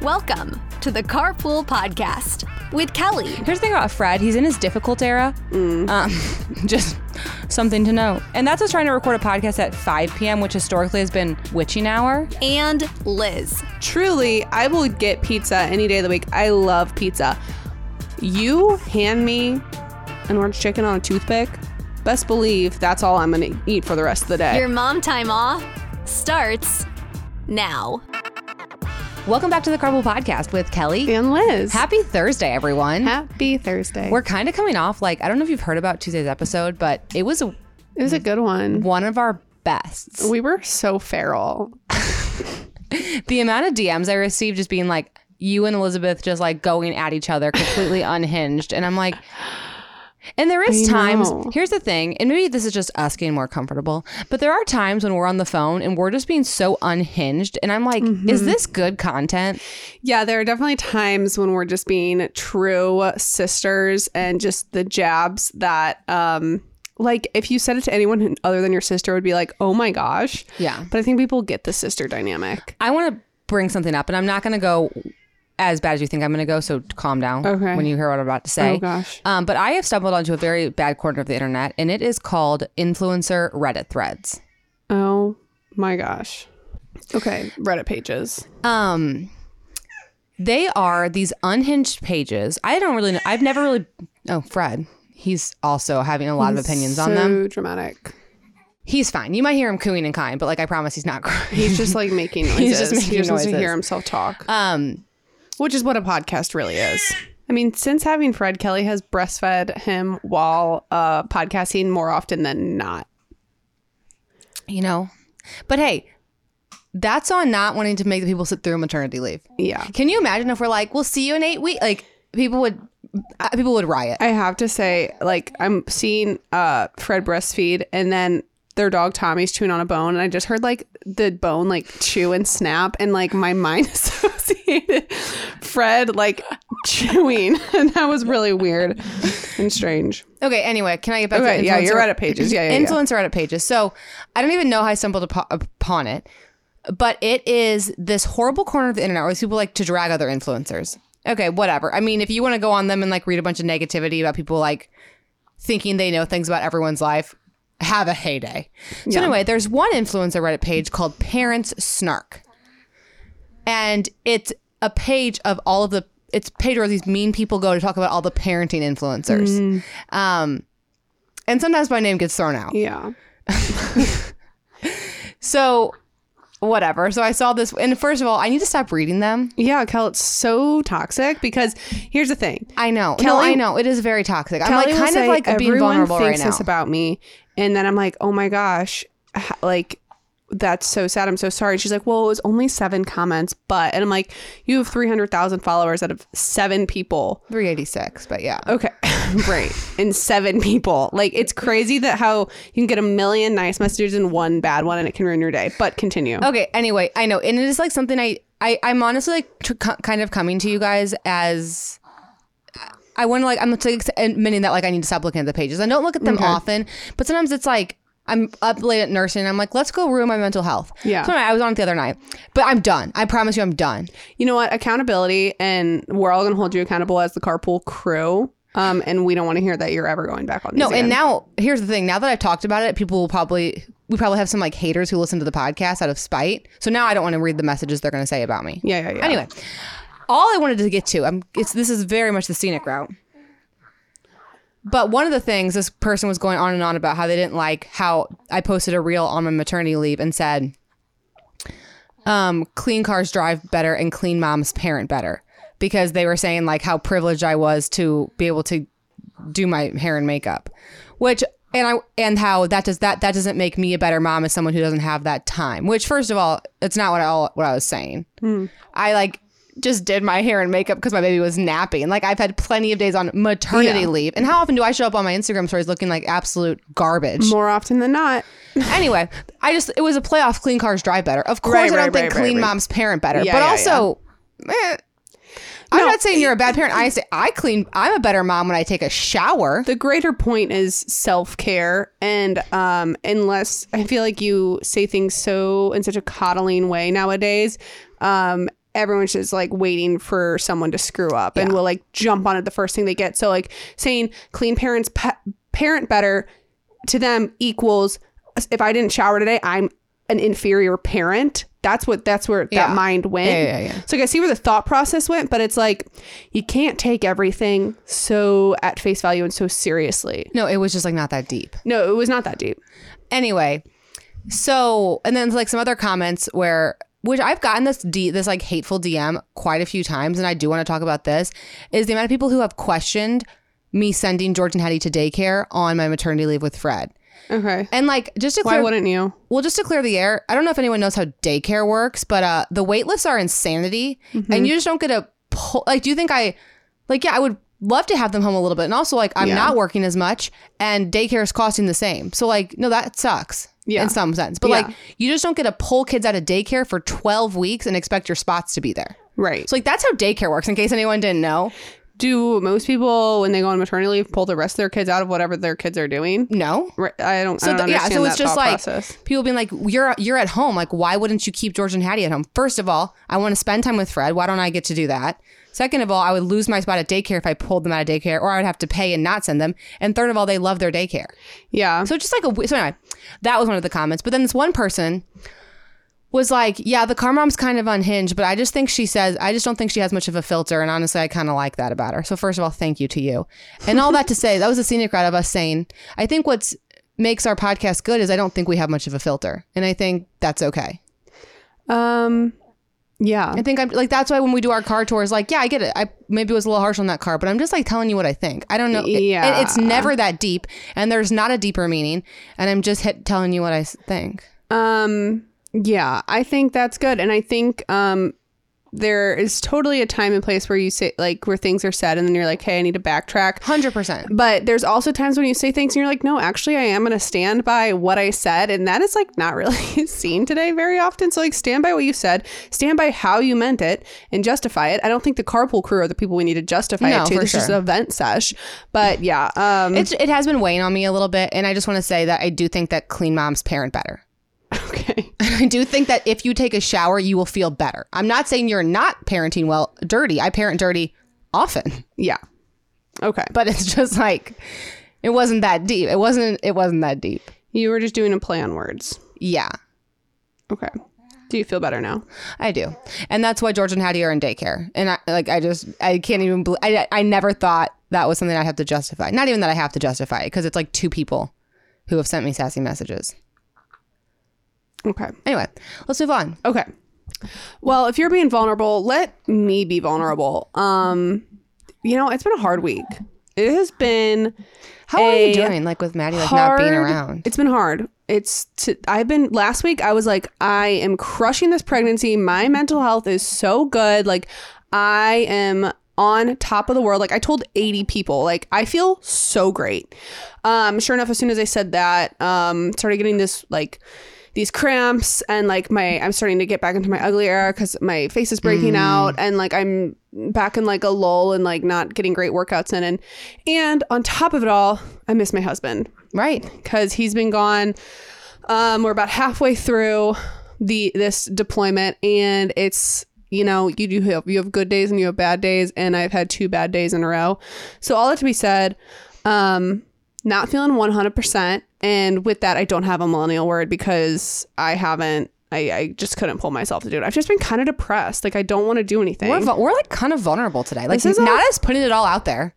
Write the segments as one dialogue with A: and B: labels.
A: Welcome to the Carpool Podcast with Kelly.
B: Here's the thing about Fred. He's in his difficult era. Um, just something to know. And that's us trying to record a podcast at 5 p.m., which historically has been witching hour.
A: and Liz.
C: Truly, I will get pizza any day of the week. I love pizza. You hand me an orange chicken on a toothpick, best believe that's all I'm going to eat for the rest of the day.
A: Your mom time off starts now.
B: Welcome back to the Carpool Podcast with Kelly.
C: and Liz.
B: Happy Thursday, everyone.
C: Happy Thursday.
B: We're kind of coming off like, I don't know if you've heard about Tuesday's episode, but it was
C: it was a good one.
B: one of our bests.
C: We were so feral.
B: The amount of DMs I received just being like, you and Elizabeth just like going at each other completely unhinged. And I'm like, and there is
C: I
B: times,
C: know.
B: here's the thing, and maybe this is just us getting more comfortable, but there are times when we're on the phone and we're just being so unhinged. And I'm like,
C: Mm-hmm.
B: is this good content?
C: Yeah, there are definitely times when we're just being true sisters and just the jabs that um like if you said it to anyone other than your sister it would be like, "Oh my gosh."
B: Yeah.
C: But I think people get the sister dynamic.
B: I want to bring something up, and I'm not going to go as bad as you think I'm going to go. So calm down
C: Okay.
B: when you hear what I'm about to say.
C: Oh, gosh.
B: Um, but I have stumbled onto a very bad corner of the internet, and it is called influencer Reddit threads.
C: Oh my gosh. Okay, Reddit pages.
B: Um, they are these unhinged pages. I don't really know. I've never really. Oh, Fred. He's also having a lot of opinions on them.
C: So dramatic.
B: He's fine. You might hear him cooing and cawing, but like I promise he's not crying.
C: He's just like making noises.
B: He's just
C: he
B: making
C: just wants to
B: noises.
C: hear himself talk,
B: Um,
C: which is what a podcast really is. I mean, since having Fred, Kelly has breastfed him while uh, podcasting more often than not.
B: you know. But hey, that's on not wanting to make the people sit through maternity leave.
C: Yeah.
B: Can you imagine if we're like, we'll see you in eight weeks? Like people would, uh, people would riot.
C: I have to say, like, I'm seeing uh, Fred breastfeed, and then their dog Tommy's chewing on a bone, and I just heard like the bone like chew and snap, and like my mind associated Fred like chewing, and that was really weird and strange.
B: Okay. Anyway, can I get back?
C: Okay,
B: to
C: yeah, your
B: influencer-
C: Reddit pages, yeah, yeah, yeah.
B: influencer Reddit pages. So I don't even know how I stumbled upo- upon it, but it is this horrible corner of the internet where these people like to drag other influencers. Okay, whatever. I mean, if you want to go on them and like read a bunch of negativity about people like thinking they know things about everyone's life, have a heyday. So anyway, there's one influencer Reddit page called Parents Snark. and it's a page of all of the it's a page where these mean people go to talk about all the parenting influencers
C: Mm.
B: um and sometimes my name gets thrown out
C: Yeah,
B: so whatever so i saw this and first of all i need to stop reading them
C: yeah, Kel, it's so toxic because here's the thing:
B: i know no
C: Kelly-
B: i know it is very toxic i'm
C: Kelly
B: like
C: will
B: kind of
C: say,
B: like being
C: "Everyone
B: vulnerable right
C: thinks
B: now
C: this about me, and then I'm like, oh my gosh, h- like that's so sad. I'm so sorry. She's like, well, it was only seven comments, but, and I'm like, you have three hundred thousand followers out of seven people.
B: 386 but yeah
C: Okay, right, and seven people. Like it's crazy that how you can get a million nice messages and one bad one, and it can ruin your day. But continue.
B: Okay. Anyway, I know, and it is like something I, I I'm honestly like tr- ki- kind of coming to you guys as I want to like I'm like admitting that like I need to stop looking at the pages. I don't look at them often, but sometimes it's like. I'm up late at nursing. And I'm like, let's go ruin my mental health.
C: Yeah.
B: So I was on it the other night, but I'm done. I promise you, I'm done.
C: You know what? Accountability, and we're all gonna hold you accountable as the carpool crew. Um, and we don't want to hear that you're ever going back on. These
B: No,
C: again.
B: and now here's the thing. Now that I've talked about it, people will probably we probably have some like haters who listen to the podcast out of spite. So now I don't want to read the messages they're going to say about me.
C: yeah, yeah, yeah.
B: Anyway, all I wanted to get to, um, it's this is very much the scenic route. But one of the things this person was going on and on about how they didn't like how I posted a reel on my maternity leave and said, um, "Clean cars drive better and clean moms parent better," because they were saying like how privileged I was to be able to do my hair and makeup, which and I and how that does that that doesn't make me a better mom as someone who doesn't have that time. Which first of all, it's not what I all what I was saying. I like just did my hair and makeup because my baby was napping. Like I've had plenty of days on maternity
C: Yeah.
B: leave, and how often do I show up on my Instagram stories looking like absolute garbage?
C: more often than not.
B: anyway, I just it was a playoff. Clean cars drive better. Of course,
C: Right,
B: I don't
C: right,
B: think
C: right, right,
B: clean
C: right.
B: moms parent better,
C: Yeah,
B: but
C: yeah,
B: also. eh, I'm
C: No,
B: not saying you're a bad parent. I say I clean. I'm a better mom when I take a shower.
C: the greater point is self-care and um unless i feel like you say things so in such a coddling way nowadays um everyone's just like waiting for someone to screw up and will like jump on it the first thing they get. So like saying clean parents pa- parent better to them equals if I didn't shower today, I'm an inferior parent. That's what that's where
B: Yeah.
C: that mind went.
B: Yeah, yeah, yeah.
C: So like, I see where the thought process went, but it's like you can't take everything so at face value and so seriously.
B: No, it was just like not that deep.
C: No, it was not that deep.
B: Anyway, so and then like some other comments where which I've gotten this D, this like hateful DM quite a few times, and I do want to talk about this is the amount of people who have questioned me sending George and Hattie to daycare on my maternity leave with Fred.
C: Okay.
B: And like just to
C: Why
B: clear,
C: wouldn't you?
B: well, just to clear the air, I don't know if anyone knows how daycare works, but uh, the wait lists are insanity,
C: Mm-hmm.
B: and you just don't get a pull. Like, do you think I, like, yeah, I would love to have them home a little bit, and also like I'm
C: Yeah.
B: not working as much, and daycare is costing the same. So like, no, that sucks.
C: Yeah.
B: in some sense, but
C: Yeah.
B: like, you just don't get to pull kids out of daycare for 12 weeks and expect your spots to be there.
C: Right.
B: So like, that's how daycare works. In case anyone didn't know,
C: do most people when they go on maternity leave pull the rest of their kids out of whatever their kids are doing?
B: no.
C: Right. I don't. I
B: So
C: don't
B: th- yeah,
C: understand
B: so it's
C: that
B: just
C: thought
B: like
C: process.
B: people being like, "You're you're at home. Like, why wouldn't you keep George and Hattie at home? First of all, I want to spend time with Fred. Why don't I get to do that? Second of all, I would lose my spot at daycare if I pulled them out of daycare, or I would have to pay and not send them. And third of all, they love their daycare.
C: Yeah.
B: So just like a w- so anyway, that was one of the comments. But then this one person was like, "Yeah, the car mom's kind of unhinged, but I just think she says I just don't think she has much of a filter, and honestly, I kind of like that about her." So first of all, thank you to you, and all that to say that was a scenic route of us saying, "I think what's makes our podcast good is I don't think we have much of a filter, and I think that's okay."
C: um. Yeah.
B: I think I'm like that's why when we do our car tours, like, yeah, I get it. I maybe was a little harsh on that car, but I'm just like telling you what I think. I don't know. It-
C: Yeah.
B: it, it's never that deep, and there's not a deeper meaning, and I'm just hit, telling you what I s- think.
C: Um yeah, I think that's good and I think um there is totally a time and place where you say like where things are said and then you're like, "Hey, I need to backtrack."
B: Hundred percent.
C: But there's also times when you say things and you're like, "No, actually I am going to stand by what I said." And that is like not really seen today very often. So like stand by what you said, stand by how you meant it and justify it. I don't think the carpool crew are the people we need to justify
B: No,
C: it to.
B: for
C: This is
B: sure.
C: an event sesh. But yeah, um
B: It's it has been weighing on me a little bit, and I just want to say that I do think that clean moms parent better.
C: okay.
B: I do think that if you take a shower, you will feel better. I'm not saying you're not parenting well dirty. I parent dirty often,
C: Yeah. Okay.
B: but it's just like it wasn't that deep. It wasn't. It wasn't that deep.
C: You were just doing a play on words.
B: Yeah.
C: Okay. Do you feel better now?
B: I do, and that's why George and Hattie are in daycare. And I like, I just, I can't even. bel I, I never thought that was something I'd have to justify. Not even that I have to justify it, because it's like two people who have sent me sassy messages.
C: Okay.
B: Anyway, let's move on.
C: Okay. Well, if you're being vulnerable, let me be vulnerable. Um, you know, it's been a hard week. It has been
B: How are you
C: a
B: doing? Like with Maddie, like
C: hard.
B: not being around.
C: It's been hard. It's to, I've been last week. I was like, I am crushing this pregnancy. My mental health is so good. Like, I am on top of the world. Like, I told eighty people. Like, I feel so great. Um, sure enough, as soon as I said that, um, started getting this like these cramps and like my I'm starting to get back into my ugly era because my face is breaking
B: Mm.
C: out and like I'm back in like a lull and like not getting great workouts in and and on top of it all I miss my husband
B: Right.
C: because he's been gone. Um, we're about halfway through the this deployment, and it's you know you do have you have good days and you have bad days, and I've had two bad days in a row. So all that to be said, um, not feeling one hundred percent, and with that, I don't have a millennial word because I haven't. I, I just couldn't pull myself to do it. I've just been kind of depressed. Like I don't want to do anything.
B: We're, vul- we're like kind of vulnerable today. Like
C: is a-
B: not us putting it all out there.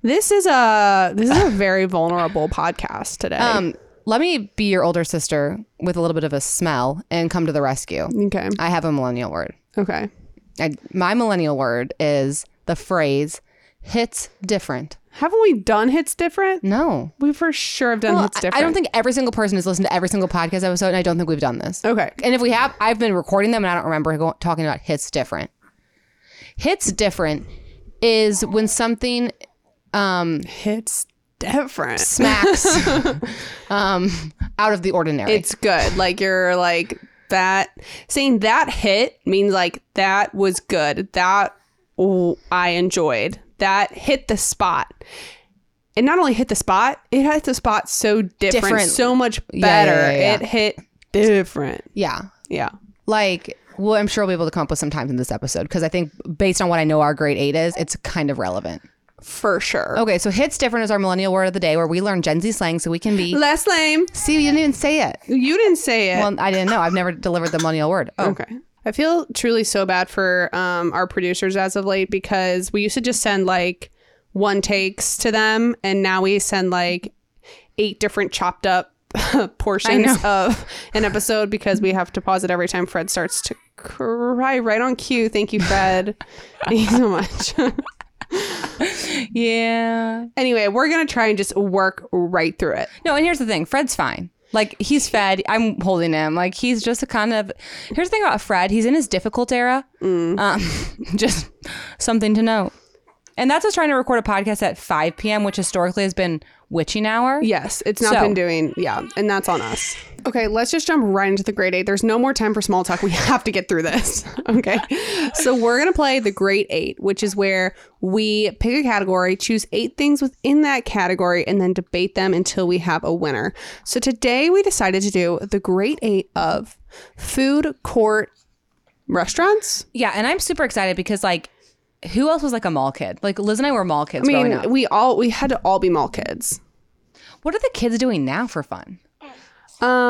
C: this is a this is a very vulnerable podcast today.
B: Um, let me be your older sister with a little bit of a smell and come to the rescue.
C: okay.
B: I have a millennial word.
C: Okay.
B: I, my millennial word is the phrase "hits different."
C: Haven't we done hits different?
B: No,
C: We for sure have done
B: Well,
C: hits
B: I-
C: different.
B: I don't think every single person has listened to every single podcast episode, and I don't think we've done this.
C: Okay.
B: And if we have, I've been recording them, and I don't remember go- talking about hits different. Hits different is when something um,
C: Hits different.
B: smacks um, out of the ordinary.
C: It's good. Like you're like that. Saying that hit means like that was good. That ooh, I enjoyed. That hit the spot. And not only hit the spot, it hit the spot so different,
B: Different.
C: so much better.
B: Yeah, yeah, yeah, yeah.
C: It hit different.
B: yeah,
C: Yeah.
B: like well, I'm sure we'll be able to come up with some times in this episode because I think based on what I know our grade eight is, it's kind of relevant.
C: for sure.
B: Okay, so hits different is our millennial word of the day where we learn Gen Z slang so we can be.
C: Last name.
B: See, you didn't even say it.
C: You didn't say it.
B: Well, I didn't know. I've never delivered the millennial word. Oh,
C: Okay. I feel truly so bad for um, our producers as of late because we used to just send like one takes to them, and now we send like eight different chopped up portions of an episode because we have to pause it every time Fred starts to cry right on cue. Thank you, Fred. Thank you so much.
B: yeah.
C: anyway, we're gonna try and just work right through it.
B: No, and here's the thing Fred's fine. Like, he's fed. I'm holding him. Like, he's just a kind of. Here's the thing about Fred. He's in his difficult era.
C: Mm.
B: Um, just something to note. And that's us trying to record a podcast at 5 p.m., which historically has been witching hour.
C: Yes, it's not
B: So-
C: been doing. Yeah, and that's on us. Okay, let's just jump right into the grade eight. There's no more time for small talk. We have to get through this. Okay, so we're gonna play the grade eight, which is where we pick a category, choose eight things within that category, and then debate them until we have a winner. So today we decided to do the grade eight of food court restaurants.
B: Yeah, and I'm super excited because like who else was like a mall kid? Like Liz and I were mall kids
C: I
B: growing up.
C: mean, we all we had to all be mall kids.
B: What are the kids doing now for fun?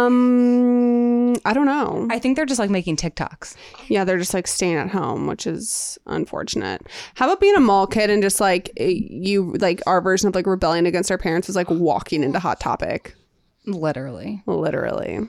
C: Um, I don't know.
B: I think they're just like making TikToks.
C: Yeah, they're just like staying at home, which is unfortunate. How about being a mall kid and just like eh, you like our version of like rebellion against our parents was like walking into Hot Topic,
B: Literally.
C: literally.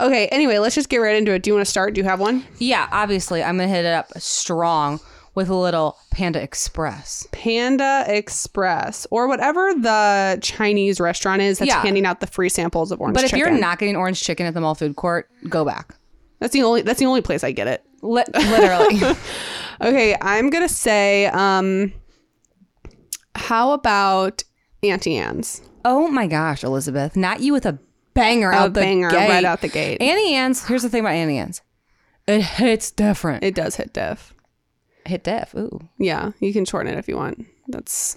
C: Okay, anyway, let's just get right into it. Do you want to start? Do you have one?
B: Yeah, obviously I'm gonna hit it up strong with a little Panda Express.
C: Panda Express or whatever the Chinese restaurant is that's
B: Yeah.
C: handing out the free samples of orange
B: But if
C: chicken.
B: you're not getting orange chicken at the mall food court, go back.
C: that's the only that's the only place I get it.
B: Li- literally.
C: Okay, I'm gonna say, um, how about Auntie Anne's?
B: oh my gosh, Elizabeth. Not you with a banger out the
C: banger
B: gate.
C: right out the gate.
B: Annie Ann's, here's the thing about Annie Ann's. It hits different.
C: It does hit diff.
B: hit diff. Ooh.
C: Yeah, you can shorten it if you want. That's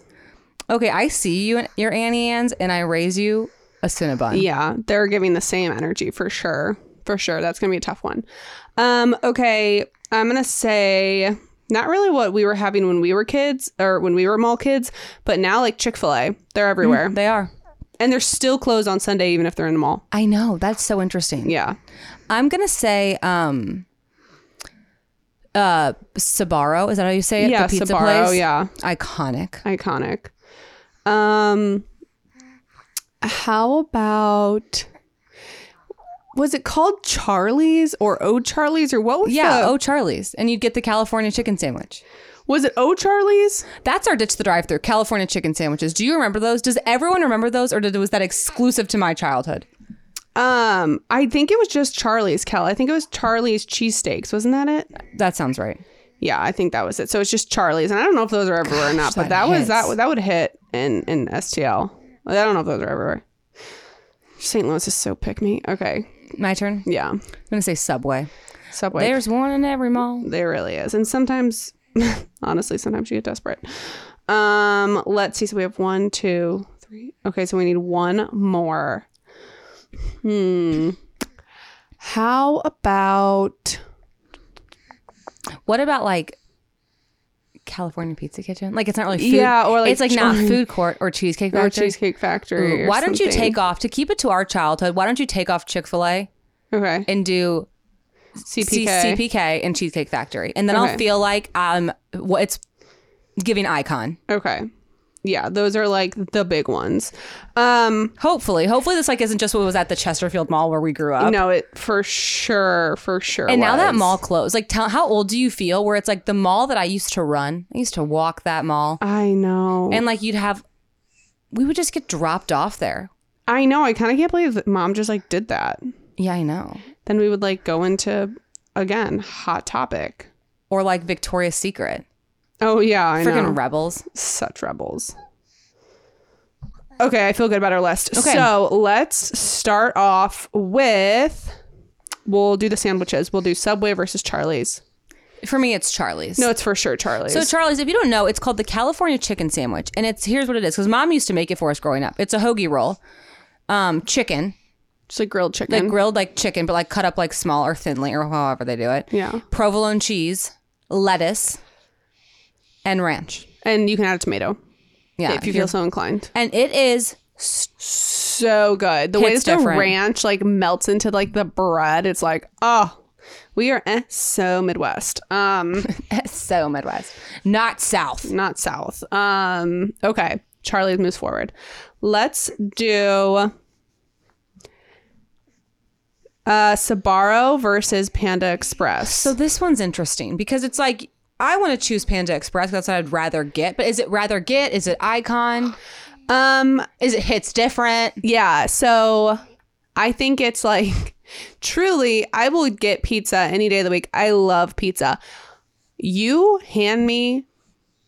B: Okay, I see you and your Annie Ann's, and I raise you a Cinnabon.
C: yeah, they're giving the same energy for sure. For sure. That's gonna be a tough one. Um, okay, I'm gonna say not really what we were having when we were kids or when we were mall kids, but now like Chick-fil-A. They're everywhere.
B: They are.
C: And they're still closed on Sunday even if they're in the mall.
B: I know. That's so interesting.
C: Yeah.
B: I'm gonna say, um, uh, Sabaro. Is that how you say it?
C: yeah,
B: the pizza
C: Sbarro,
B: place.
C: yeah.
B: Iconic.
C: Iconic. Um how about was it called Charlie's or Oh Charlie's or what was
B: Yeah.
C: the-
B: oh, Charlie's, and you'd get the California chicken sandwich.
C: Was it Oh Charlie's?
B: That's our ditch the drive-through California chicken sandwiches. Do you remember those? Does everyone remember those, or did, was that exclusive to my childhood?
C: Um, I think it was just Charlie's, Cal. I think it was Charlie's cheesesteaks, wasn't that it?
B: That sounds right.
C: Yeah, I think that was it. So it's just Charlie's, and I don't know if those are everywhere or not, but
B: that
C: that was that
B: hits.
C: would- that would hit in in STL. I don't know if those are everywhere. St. Louis is so pick me. Okay,
B: My turn.
C: yeah,
B: I'm gonna say Subway.
C: Subway.
B: There's one in every mall.
C: There really is. And sometimes, honestly, sometimes you get desperate. Um, let's see. So we have one, two, three. Okay, so we need one more. Hmm. How about
B: What about like California Pizza Kitchen? Like it's not really food.
C: Yeah, or, like,
B: it's like not
C: Charlie-
B: food court or cheesecake
C: or
B: factory.
C: Cheesecake Factory?
B: Ooh,
C: or
B: Why don't you
C: something?
B: take off to keep it to our childhood? Why don't you take off Chick Fil A
C: okay
B: and do C-
C: CPK?
B: CPK and Cheesecake Factory, and then
C: Okay.
B: I'll feel like um, well, it's giving icon.
C: Okay, yeah, those are like the big ones. Um,
B: Hopefully, hopefully this like isn't just what was at the Chesterfield Mall where we grew up.
C: no, it for sure, for sure.
B: And now that
C: was.
B: mall closed, like, tell how old do you feel? Where it's like the mall that I used to run, I used to walk that mall,
C: I know,
B: and like you'd have, we would just get dropped off there.
C: I know. I kind of can't believe that mom just like did that.
B: Yeah, I know.
C: then we would like go into again hot topic
B: or like Victoria's Secret.
C: oh yeah i know
B: Freaking rebels.
C: such rebels okay i feel good about our list
B: Okay.
C: so let's start off with we'll do the sandwiches we'll do subway versus charlie's
B: For me, it's Charlie's.
C: no it's for sure charlie's
B: So Charlie's, if you don't know, it's called the California chicken sandwich, and it's here's what it is because mom used to make it for us growing up. It's a hoagie roll, um, chicken,
C: Just like grilled chicken.
B: like grilled like chicken, but like cut up like small or thinly or however they do it.
C: yeah.
B: Provolone cheese, lettuce, and ranch.
C: And you can add a tomato
B: Yeah,
C: if you feel so inclined.
B: and it is s-
C: So good. The way that
B: Hits
C: the
B: different.
C: ranch like melts into like the bread, it's like, oh, we are eh, so Midwest. Um,
B: so Midwest, not South.
C: not South. Um, okay. Charlie moves forward. Let's do uh Sabaro versus Panda Express.
B: So this one's interesting because it's like I want to choose Panda Express. 'cause That's what I'd rather get. But is it rather get? Is it icon?
C: um
B: Is it hits different?
C: Yeah. So I think it's like truly, I will get pizza any day of the week. I love pizza. You hand me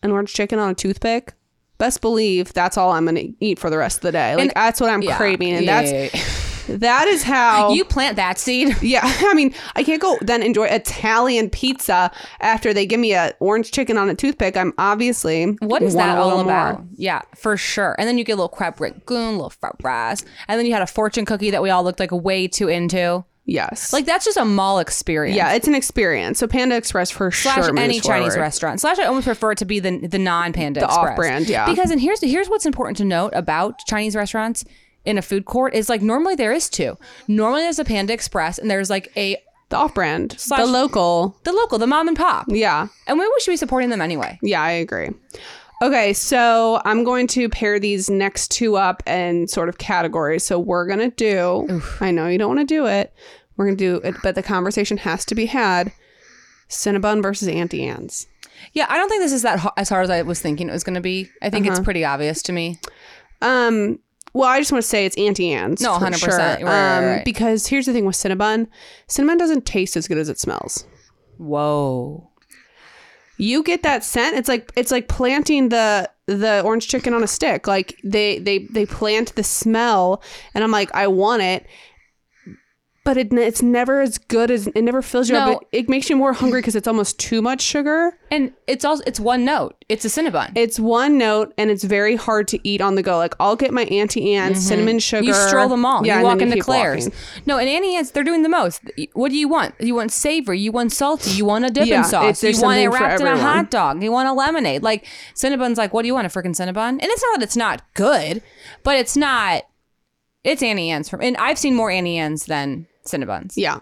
C: an orange chicken on a toothpick. Best believe that's all I'm gonna eat for the rest of the day. Like that's what I'm craving, and
B: Yeah,
C: that's
B: yeah,
C: that is how
B: yeah. you plant that seed.
C: Yeah, I mean, I can't go then enjoy Italian pizza after they give me an orange chicken on a toothpick. I'm obviously
B: What is
C: want
B: that
C: a
B: all
C: little more.
B: about? Yeah, for sure. And then you get a little crab rangoon, little fried rice, and then you had a fortune cookie that we all looked like way too into.
C: Yes,
B: Like that's just a mall experience.
C: yeah, it's an experience. So Panda Express for
B: Slash
C: sure. moves
B: any Chinese
C: forward.
B: restaurant. Slash I almost prefer it to be the the non Panda the
C: off-brand, yeah.
B: Because and here's here's what's important to note about Chinese restaurants in a food court is like normally there is two. Normally there's a Panda Express and there's like a
C: the off-brand,
B: Slash-
C: the local.
B: the local, the mom and pop.
C: Yeah,
B: And we should be supporting them anyway.
C: yeah, I agree. Okay, so I'm going to pair these next two up in sort of categories. So we're gonna do. I know you don't want to do it. We're gonna do it, but the conversation has to be had. Cinnabon versus Auntie Anne's.
B: Yeah, I don't think this is that ho- as hard as I was thinking it was going to be. I think
C: Uh-huh.
B: it's pretty obvious to me.
C: Um. Well, I just want to say it's Auntie Anne's.
B: No,
C: for
B: 100%.
C: sure.
B: Right, right,
C: um,
B: right.
C: Because here's the thing with Cinnabon Cinnabon doesn't taste as good as it smells.
B: Whoa.
C: You get that scent. It's like it's like planting the the orange chicken on a stick. Like they they they plant the smell, and I'm like, I want it. But it, it's never as good as it never fills you
B: No.
C: up. It, it makes you more hungry because it's almost too much sugar.
B: And it's also it's one note. It's a Cinnabon.
C: It's one note and it's very hard to eat on the go. Like I'll get my Auntie Anne's cinnamon sugar.
B: Mm-hmm. You stroll the mall.
C: Yeah,
B: you
C: and then
B: walk into
C: keep
B: Claire's.
C: walking.
B: No, and Annie Ann's, they're doing the most. What do you want? You want savory. You want salty. You want a dipping
C: Yeah, it's-
B: sauce. You
C: there's
B: want it
C: something for
B: wrapped in a
C: everyone.
B: hot dog. You want a lemonade. Like, Cinnabon's like, what do you want? A freaking Cinnabon? And it's not that it's not good, but it's not. It's Annie Ann's from. And I've seen more Annie Ann's than Cinnabons.
C: Yeah.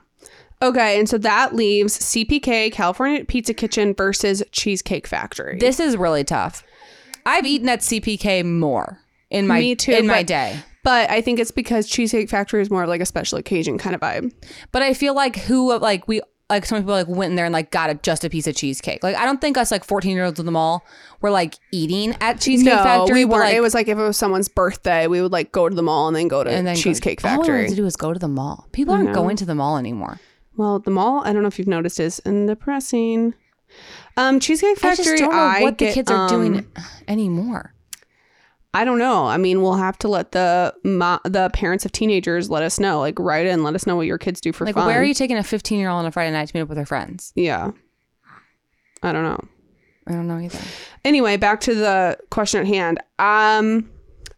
C: Okay, and so that leaves CPK California Pizza Kitchen versus Cheesecake Factory.
B: This is really tough. I've eaten at CPK more in my
C: Me too,
B: in my
C: but-
B: day.
C: but I think it's because Cheesecake Factory is more of like a special occasion kind of vibe.
B: But I feel like who like we like some people like went in there and like got a, just a piece of cheesecake. Like I don't think us like fourteen year olds in the mall were like eating at Cheesecake
C: no,
B: Factory.
C: we
B: but,
C: weren't.
B: like-
C: it was like if it was someone's birthday, we would like go to the mall and then go to
B: and then go-
C: Cheesecake
B: All we
C: Factory.
B: wanted to do is go to the mall. People aren't going to the mall anymore.
C: well, the mall, I don't know if you've noticed, is in the pressing. Um, Cheesecake Factory.
B: I just don't know what
C: get,
B: the kids are
C: um,
B: doing anymore.
C: I don't know. I mean, we'll have to let the mo- the parents of teenagers let us know. Like, write in, let us know what your kids do for
B: Like
C: fun.
B: where are you taking a fifteen year old on a Friday night to meet up with her friends?
C: Yeah, I don't know.
B: I don't know either.
C: anyway, back to the question at hand. Um,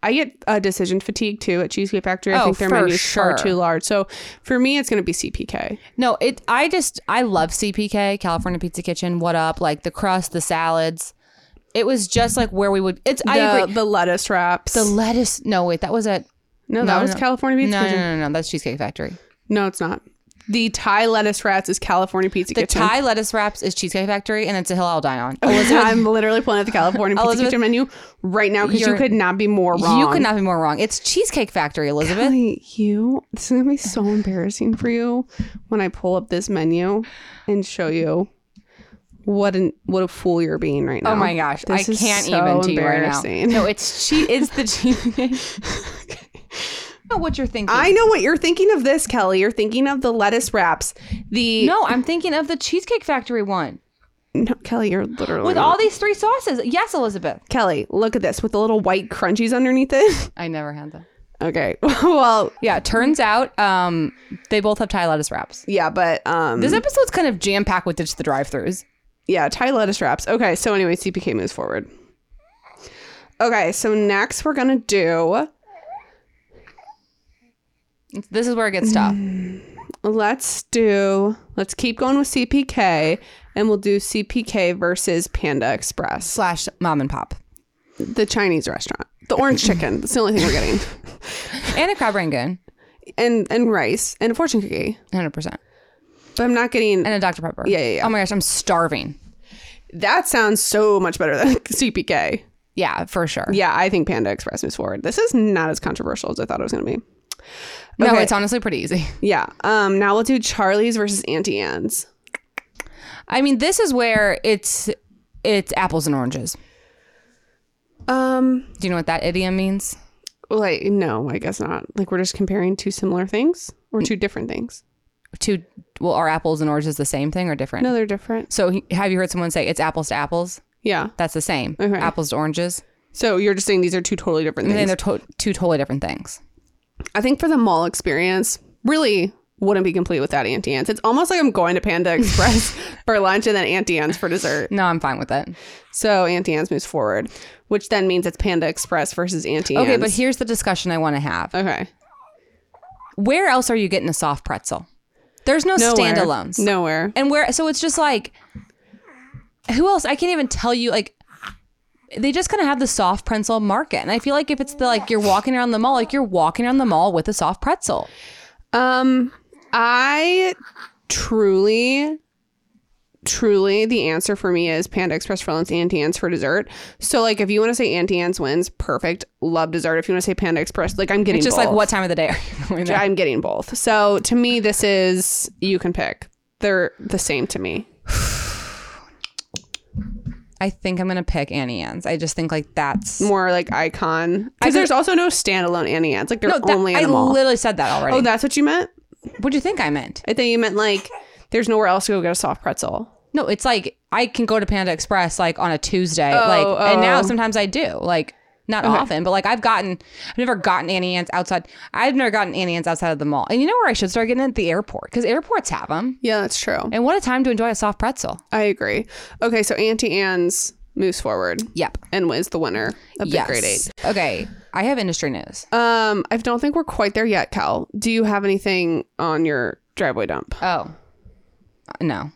C: I get uh, decision fatigue too at Cheesecake Factory. I
B: Oh,
C: think their
B: for
C: menus
B: sure.
C: are too large. So for me, it's going to be CPK.
B: No, it. I just I love CPK California Pizza Kitchen. What up? Like the crust, the salads. It was just like where we would. It's.
C: The,
B: I agree.
C: the lettuce wraps.
B: The lettuce. No, wait, that was at.
C: no, that
B: no,
C: was
B: no.
C: California Pizza
B: No, no,
C: Kitchen.
B: no, no, no. That's Cheesecake Factory.
C: No, it's not. The Thai lettuce wraps is California Pizza
B: The
C: Kitchen.
B: Thai lettuce wraps is Cheesecake Factory, and it's a hill I'll dine on.
C: Oh, I'm literally pulling at the California Pizza
B: Elizabeth,
C: Kitchen menu right now because you
B: you're-
C: could not be more wrong.
B: You could not be more wrong. It's Cheesecake Factory, Elizabeth.
C: Really, you. This is gonna be so embarrassing for you when I pull up this menu and show you what an what a fool you're being right now.
B: Oh my gosh,
C: This
B: I
C: is
B: can't
C: so
B: even to you right now.
C: embarrassing.
B: No, it's che- It's the cheesecake. I know what you're thinking.
C: I know what you're thinking of. This Kelly, you're thinking of the lettuce wraps. The
B: no, I'm thinking of the Cheesecake Factory one
C: No, Kelly, you're literally
B: with
C: not.
B: all these three sauces. Yes, Elizabeth.
C: Kelly. Look at this with the little white crunchies underneath it.
B: I never had them.
C: okay, well,
B: Yeah, turns out um, they both have Thai lettuce wraps.
C: yeah, but um,
B: This episode's kind of jam packed with ditch the drive-throughs.
C: yeah, Thai lettuce wraps. Okay, so anyway, CPK moves forward. Okay, so next we're gonna do
B: This is where it gets tough.
C: Mm. Let's do. Let's keep going with CPK, and we'll do CPK versus Panda Express,
B: Slash mom and pop.
C: the Chinese restaurant, the orange chicken. That's the only thing we're getting,
B: And a crab rangoon.
C: and and rice and a fortune cookie.
B: 100%.
C: But I'm not getting.
B: And a Dr. Pepper.
C: Yeah, yeah, yeah.
B: Oh my gosh, I'm starving.
C: That sounds so much better than CPK.
B: Yeah, for sure.
C: Yeah, I think Panda Express moves forward. This is not as controversial as I thought it was going to be.
B: No,
C: Okay.
B: it's honestly pretty easy.
C: Yeah. Um. Now we'll do Charlie's versus Auntie Anne's.
B: I mean, this is where it's it's apples and oranges.
C: Um.
B: Do you know what that idiom means?
C: Like no, I guess not. Like we're just comparing two similar things or two different things.
B: Two well, are apples and oranges the same thing or different?
C: No, they're different.
B: So he- have you heard someone say it's apples to apples?
C: Yeah.
B: That's the same.
C: Okay.
B: Apples to oranges.
C: So you're just saying these are two totally different
B: And then
C: things.
B: they're to- two totally different things.
C: I think for the mall experience, really wouldn't be complete without Auntie Anne's. It's almost like I'm going to Panda Express for lunch and then Auntie Anne's for dessert.
B: No, I'm fine with that.
C: So Auntie Anne's moves forward, which then means it's Panda Express versus Auntie
B: Okay, but
C: Anne's.
B: here's the discussion I want to have.
C: okay.
B: Where else are you getting a soft pretzel? There's no
C: Nowhere.
B: standalones.
C: Nowhere.
B: And where so it's just like who else? I can't even tell you like they just kind of have the soft pretzel market. And I feel like if it's the like you're walking around the mall, like you're walking around the mall with a soft pretzel.
C: Um, I truly, truly, the answer for me is Panda Express for lunch, Auntie Anne's for dessert. So, like, if you want to say Auntie Anne's wins, perfect. Love dessert. If you want to say Panda Express, like, I'm getting
B: It's just
C: both.
B: like what time of the day are you going there?
C: I'm getting both. So to me, this is you can pick. They're the same to me.
B: I think I'm gonna pick Annie Ann's. I just think like that's
C: More like icon. Because there's also no standalone Annie Ann's. Like they're
B: no, Oh, that,
C: only
B: I
C: animal.
B: literally said that already.
C: oh, that's what you meant.
B: what do you think I meant?
C: I think you meant like there's nowhere else to go get a soft pretzel.
B: No, it's like I can go to Panda Express like on a Tuesday, like,
C: Oh,
B: and now sometimes I do, like, not often, but like I've gotten, I've never gotten Annie Ann's outside. I've never gotten Annie Ann's outside of the mall. And you know where I should start getting it? The airport, because airports have them.
C: Yeah, that's true.
B: And what a time to enjoy a soft pretzel.
C: I agree. Okay, so Auntie Anne's moves forward.
B: Yep.
C: And wins the winner of the
B: Yes.
C: grade eight.
B: Okay, I have industry news.
C: Um, I don't think we're quite there yet, Cal. Do you have anything on your driveway dump?
B: Oh, no,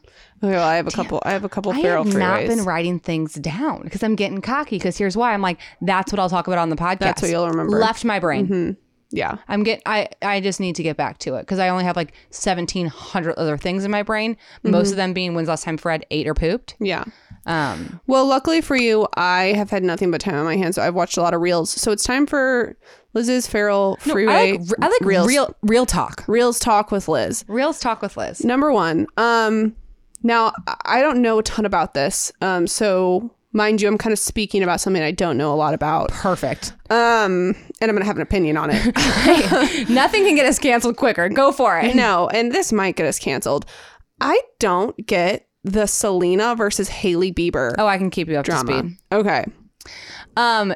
C: Okay, well, I have a couple. I have a couple
B: I
C: barrel
B: have not
C: freeways.
B: been writing things down because I'm getting cocky. Because here's why: I'm like, that's what I'll talk about on the podcast.
C: That's what you'll Mm-hmm. remember.
B: Left my brain.
C: yeah.
B: I'm get I I just need to get back to it because I only have like 1700 other things in my brain, most of them being when's the last time Fred ate or pooped.
C: Yeah.
B: Um
C: Well, luckily for you, I have had nothing but time on my hands, so I've watched a lot of reels. So it's time for Liz's Feral
B: I
C: Freeway
B: like, I like
C: reels,
B: real real talk.
C: reels talk with Liz.
B: Reels talk with Liz.
C: Number one. Um, now I- I don't know a ton about this. Um, so mind you, I'm kind of speaking about something I don't know a lot about.
B: Perfect.
C: Um, and I'm gonna have an opinion on it.
B: Nothing can get us canceled quicker. Go for it.
C: no, and this might get us canceled. I don't get the Selena versus Haley Bieber
B: Oh, I can keep you up to
C: drama.
B: speed.
C: Okay.
B: Um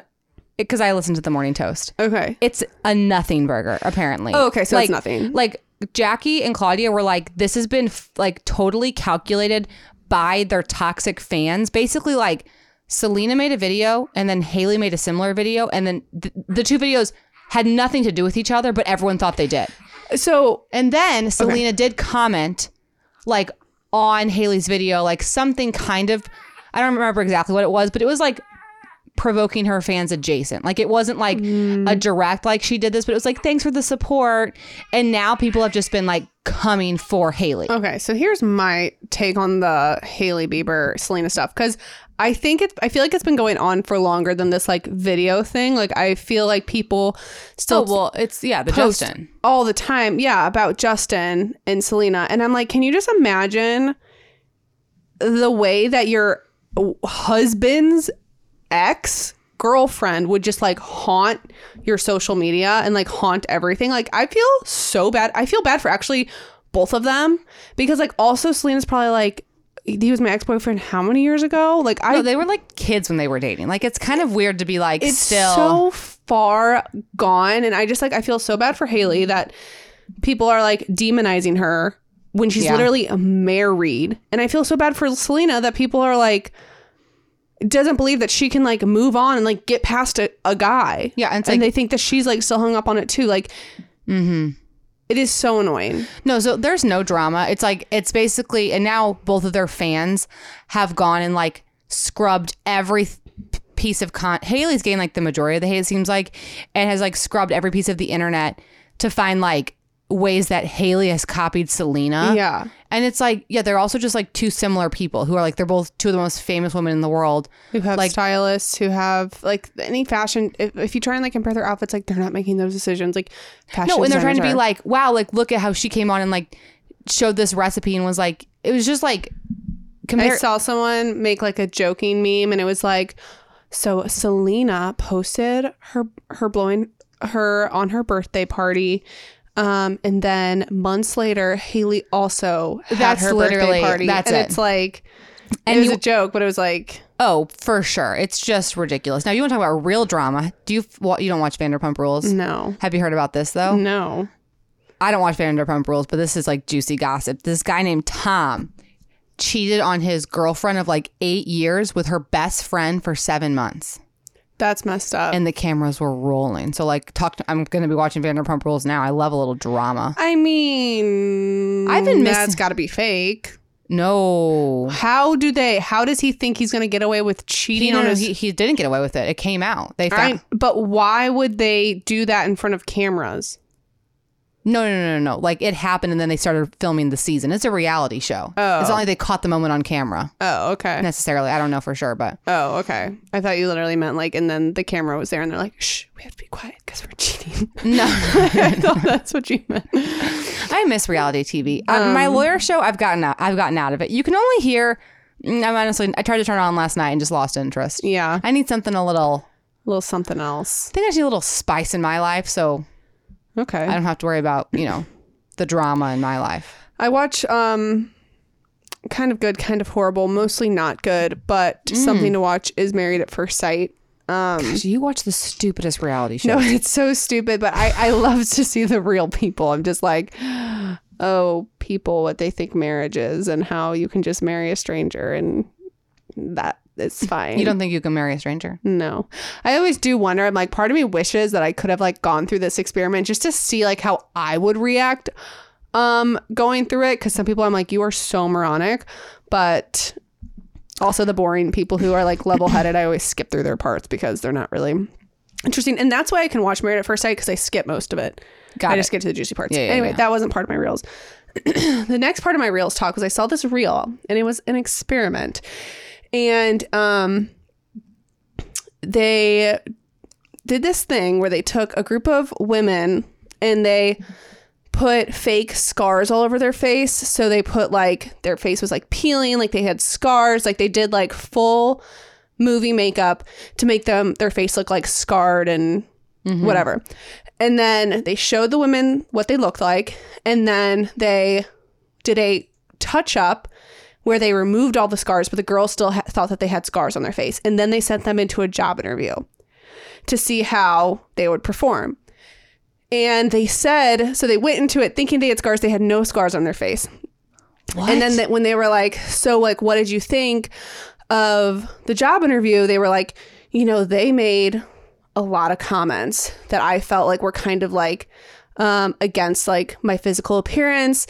B: because I listened to the morning toast.
C: Okay.
B: It's a nothing burger, apparently.
C: Oh, okay, so it's nothing.
B: Like Jackie and Claudia were like, this has been f- like totally calculated by their toxic fans. Basically, like Selena made a video, and then Haley made a similar video, and then th- the two videos had nothing to do with each other, but everyone thought they did.
C: So
B: And then Selena did comment, like on Haley's video, like something kind of, I don't remember exactly what it was, but it was like provoking her fans adjacent. Like it wasn't like
C: Hmm.
B: a direct, like she did this, but it was like, thanks for the support. And now people have just been like coming for Haley.
C: Okay, so here's my take on the Haley Bieber Selena stuff because I think it's I feel like it's been going on for longer than this like video thing. Like I feel like people still
B: Oh, it's, yeah, the
C: post all the time, yeah, about Justin and Selena, and I'm like, can you just imagine the way that your husband's ex girlfriend would just like haunt your social media and like haunt everything. Like I feel so bad. I feel bad for actually both of them because like also Selena's probably like he was my ex boyfriend how many years ago? Like I
B: No, they were like kids when they were dating. Like it's kind of weird to be like
C: it's
B: still.
C: so far gone and i just like i feel so bad for haley that people are like demonizing her when she's
B: Yeah.
C: literally married and i feel so bad for selena that people are like doesn't believe that she can like move on and like get past a, a guy
B: Yeah, and it's
C: and
B: like-
C: they think that she's like still hung up on it too like It is so annoying.
B: No, so there's no drama. It's like it's basically and now both of their fans have gone and like scrubbed every th- piece of con Haley's gained like the majority of the hate it seems like and has like scrubbed every piece of the internet to find like ways that Haley has copied Selena.
C: Yeah.
B: And it's like yeah, they're also just like two similar people who are like they're both two of the most famous women in the world.
C: Who have
B: Like-
C: stylists? Who have like any fashion? If, if you try and like compare their outfits, like they're not making those decisions. Like fashion.
B: No, and they're trying to be
C: designers are.
B: like, wow, like look at how she came on and like showed this recipe and was like it was just like
C: I
B: compare
C: saw someone make like a joking meme, and it was like, so Selena posted her her blowing her on her birthday party. Um, and then months later, Haley also had
B: That's
C: her
B: literally-
C: birthday party.
B: that's
C: and
B: it.
C: it's like,
B: And
C: it was
B: you-
C: a joke, but it was like,
B: Oh, for sure. It's just ridiculous. Now, you want to talk about real drama? Do you well, you don't watch Vanderpump Rules?
C: no,
B: Have you heard about this though?
C: no.
B: I don't watch Vanderpump Rules, but this is like juicy gossip. This guy named Tom cheated on his girlfriend of like 8 years with her best friend for 7 months.
C: That's messed up.
B: And the cameras were rolling. So like talk to, I'm going to be watching Vanderpump Rules now. I love a little drama.
C: I mean,
B: I've been miss-
C: That's got to be fake.
B: No.
C: How do they? How does he think he's going to get away with cheating
B: He,
C: on
B: no, no,
C: his?
B: he, he didn't get away with it. It came out. They found
C: I- but why would they do that in front of cameras?
B: No, no, no, no, no. Like it happened, and then they started filming the season. It's a reality show. Oh. It's not like they caught the moment on camera
C: Oh, okay.
B: necessarily. I don't know for sure, but
C: Oh, okay. I thought you literally meant like, and then the camera was there, and they're like, "Shh, we have to be quiet because we're cheating."
B: no,
C: I thought that's what you meant.
B: I miss reality TV. um, my lawyer show, I've gotten out. I've gotten out of it. You can only hear. mm, I'm honestly. I tried to turn it on last night and just lost interest.
C: Yeah, a
B: I need something a little.
C: little something else.
B: I think I need a little spice in my life, so
C: Okay.
B: I don't have to worry about you know the drama in my life.
C: I watch um kind of good, kind of horrible, mostly not good, but
B: Mm.
C: something to watch is Married at First Sight. Um
B: So you watch the stupidest reality show.
C: no, it's so stupid, but I I love to see the real people. I'm just like oh, people what they think marriage is and how you can just marry a stranger and that is fine.
B: You don't think you can marry a stranger?
C: No. I always do wonder. I'm like, part of me wishes that I could have like gone through this experiment just to see like how I would react um going through it cuz some people I'm like you are so moronic, but also the boring people who are like level-headed, I always skip through their parts because they're not really interesting. And that's why I can watch Married at First Sight cuz I skip most of it.
B: Got
C: I
B: it.
C: just get to the juicy parts.
B: Yeah, yeah,
C: anyway,
B: yeah.
C: that wasn't part of my reels. the next part of my reels talk was I saw this reel and it was an experiment. And um they did this thing where they took a group of women and they put fake scars all over their face. So they put like their face was like peeling, like they had scars, like they did like full movie makeup to make them their face look like scarred and whatever. And then they showed the women what they looked like and then they did a touch up where they removed all the scars, but the girls still ha- thought that they had scars on their face. And then they sent them into a job interview to see how they would perform. And they said, so they went into it thinking they had scars. They had no scars on their face. And then that when they were like, so like, what did you think of the job interview? They were like, you know, they made a lot of comments that I felt like were kind of like um, against like my physical appearance,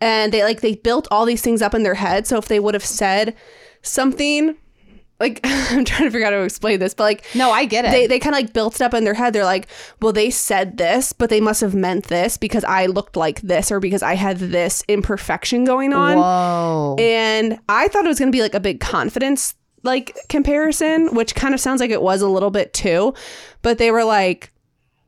C: and they like they built all these things up in their head. So if they would have said something, like I'm trying to figure out how to explain this, but like
B: No, I get it.
C: they, they kind of like built it up in their head. They're like, well, they said this, but they must have meant this because I looked like this or because I had this imperfection going on.
B: Whoa.
C: And I thought it was going to be like a big confidence like comparison, which kind of sounds like it was a little bit too. But they were like,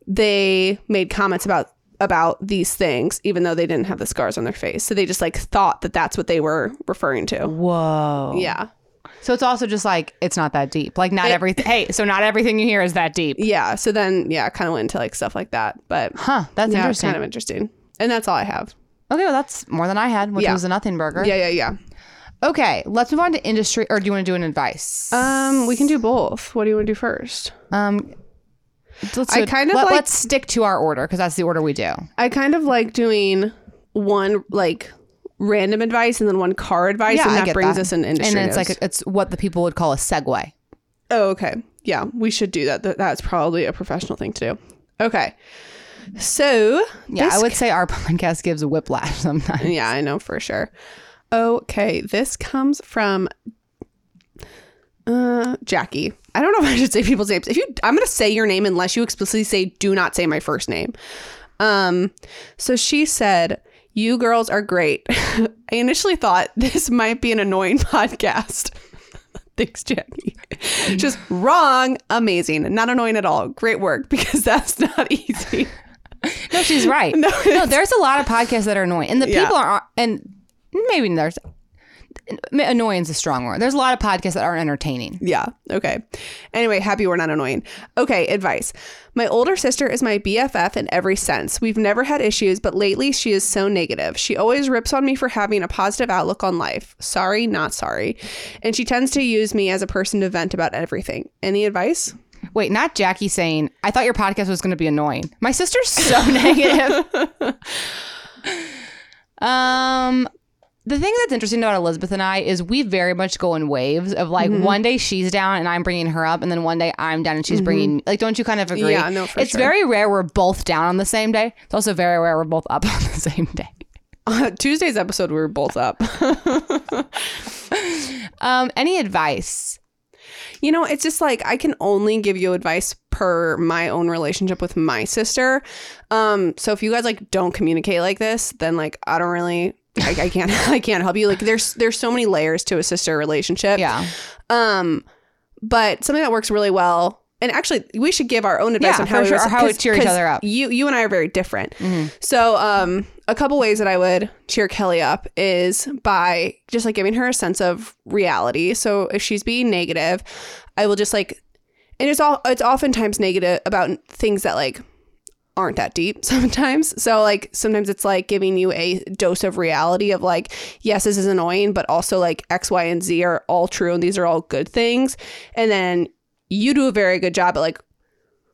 C: they made comments about about these things even though they didn't have the scars on their face so they just like thought that that's what they were referring to
B: Whoa.
C: yeah
B: So it's also just like it's not that deep. Like not everything. Hey, so not everything you hear is that deep.
C: yeah so then yeah kind of went into like stuff like that but
B: Huh? That's
C: Yeah, it's
B: interesting.
C: kind of interesting. And that's all I have.
B: okay, well that's more than I had, which
C: Yeah.
B: was a nothing burger.
C: Yeah, yeah, yeah.
B: Okay, let's move on to industry. Or do you want to do an advice?
C: Um, we can do both. What do you want to do first?
B: um, let's
C: I
B: do it-
C: kind of
B: let,
C: like-
B: let's stick to our order because that's the order we do.
C: I kind of like doing one like random advice and then one car advice,
B: Yeah,
C: and
B: I
C: that
B: get
C: brings
B: that.
C: us an industry.
B: And then it's
C: news.
B: like it's what the people would call a segue.
C: oh, okay, yeah, we should do that. Th- That's probably a professional thing to do. Okay, So
B: Yeah,
C: this
B: I would say our podcast gives whiplash sometimes.
C: Yeah, I know for sure. Okay, this comes from uh, Jackie. I don't know if I should say people's names. If you, I'm gonna say your name unless you explicitly say, "Do not say my first name." Um, so she said, "You girls are great." I initially thought this might be an annoying podcast. Thanks, Jackie. Just wrong. Amazing. Not annoying at all. Great work because that's not easy.
B: No, she's right. no, there's a lot of podcasts that are annoying, and the
C: Yeah.
B: people are and maybe there's annoyance is a strong word. There's a lot of podcasts that aren't entertaining.
C: Yeah. Okay. Anyway, happy we're not annoying. Okay, advice. My older sister is my BFF in every sense. We've never had issues, but lately she is so negative. She always rips on me for having a positive outlook on life. Sorry, not sorry. And she tends to use me as a person to vent about everything. Any advice?
B: Wait, not Jackie saying, "I thought your podcast was going to be annoying." My sister's so negative. Um, the thing that's interesting about Elizabeth and I is we very much go in waves of like
C: Mm-hmm.
B: one day she's down and I'm bringing her up, and then one day I'm down and she's bringing like. Don't you kind of agree?
C: Mm-hmm. Yeah, no, for
B: it's
C: sure.
B: very rare we're both down on the same day. It's also very rare we're both up on the same day.
C: Tuesday's episode, we were both up.
B: Um, any advice?
C: You know, it's just like I can only give you advice per my own relationship with my sister. Um, so if you guys like don't communicate like this, then like I don't really I, I can't I can't help you. Like there's there's so many layers to a sister relationship.
B: Yeah.
C: Um, but something that works really well. And actually, we should give our own advice
B: Yeah,
C: on how
B: for
C: we
B: sure, or how we
C: 'cause-
B: cheer each
C: 'cause
B: other up. Mm-hmm.
C: You you and I are very different. So, um, a couple ways that I would cheer Kelly up is by just like giving her a sense of reality. So if she's being negative, I will just like, and it's all it's oftentimes negative about things that like aren't that deep sometimes. So like sometimes it's like giving you a dose of reality of like, yes, this is annoying, but also like X, Y, and Z are all true and these are all good things. And then you do a very good job at like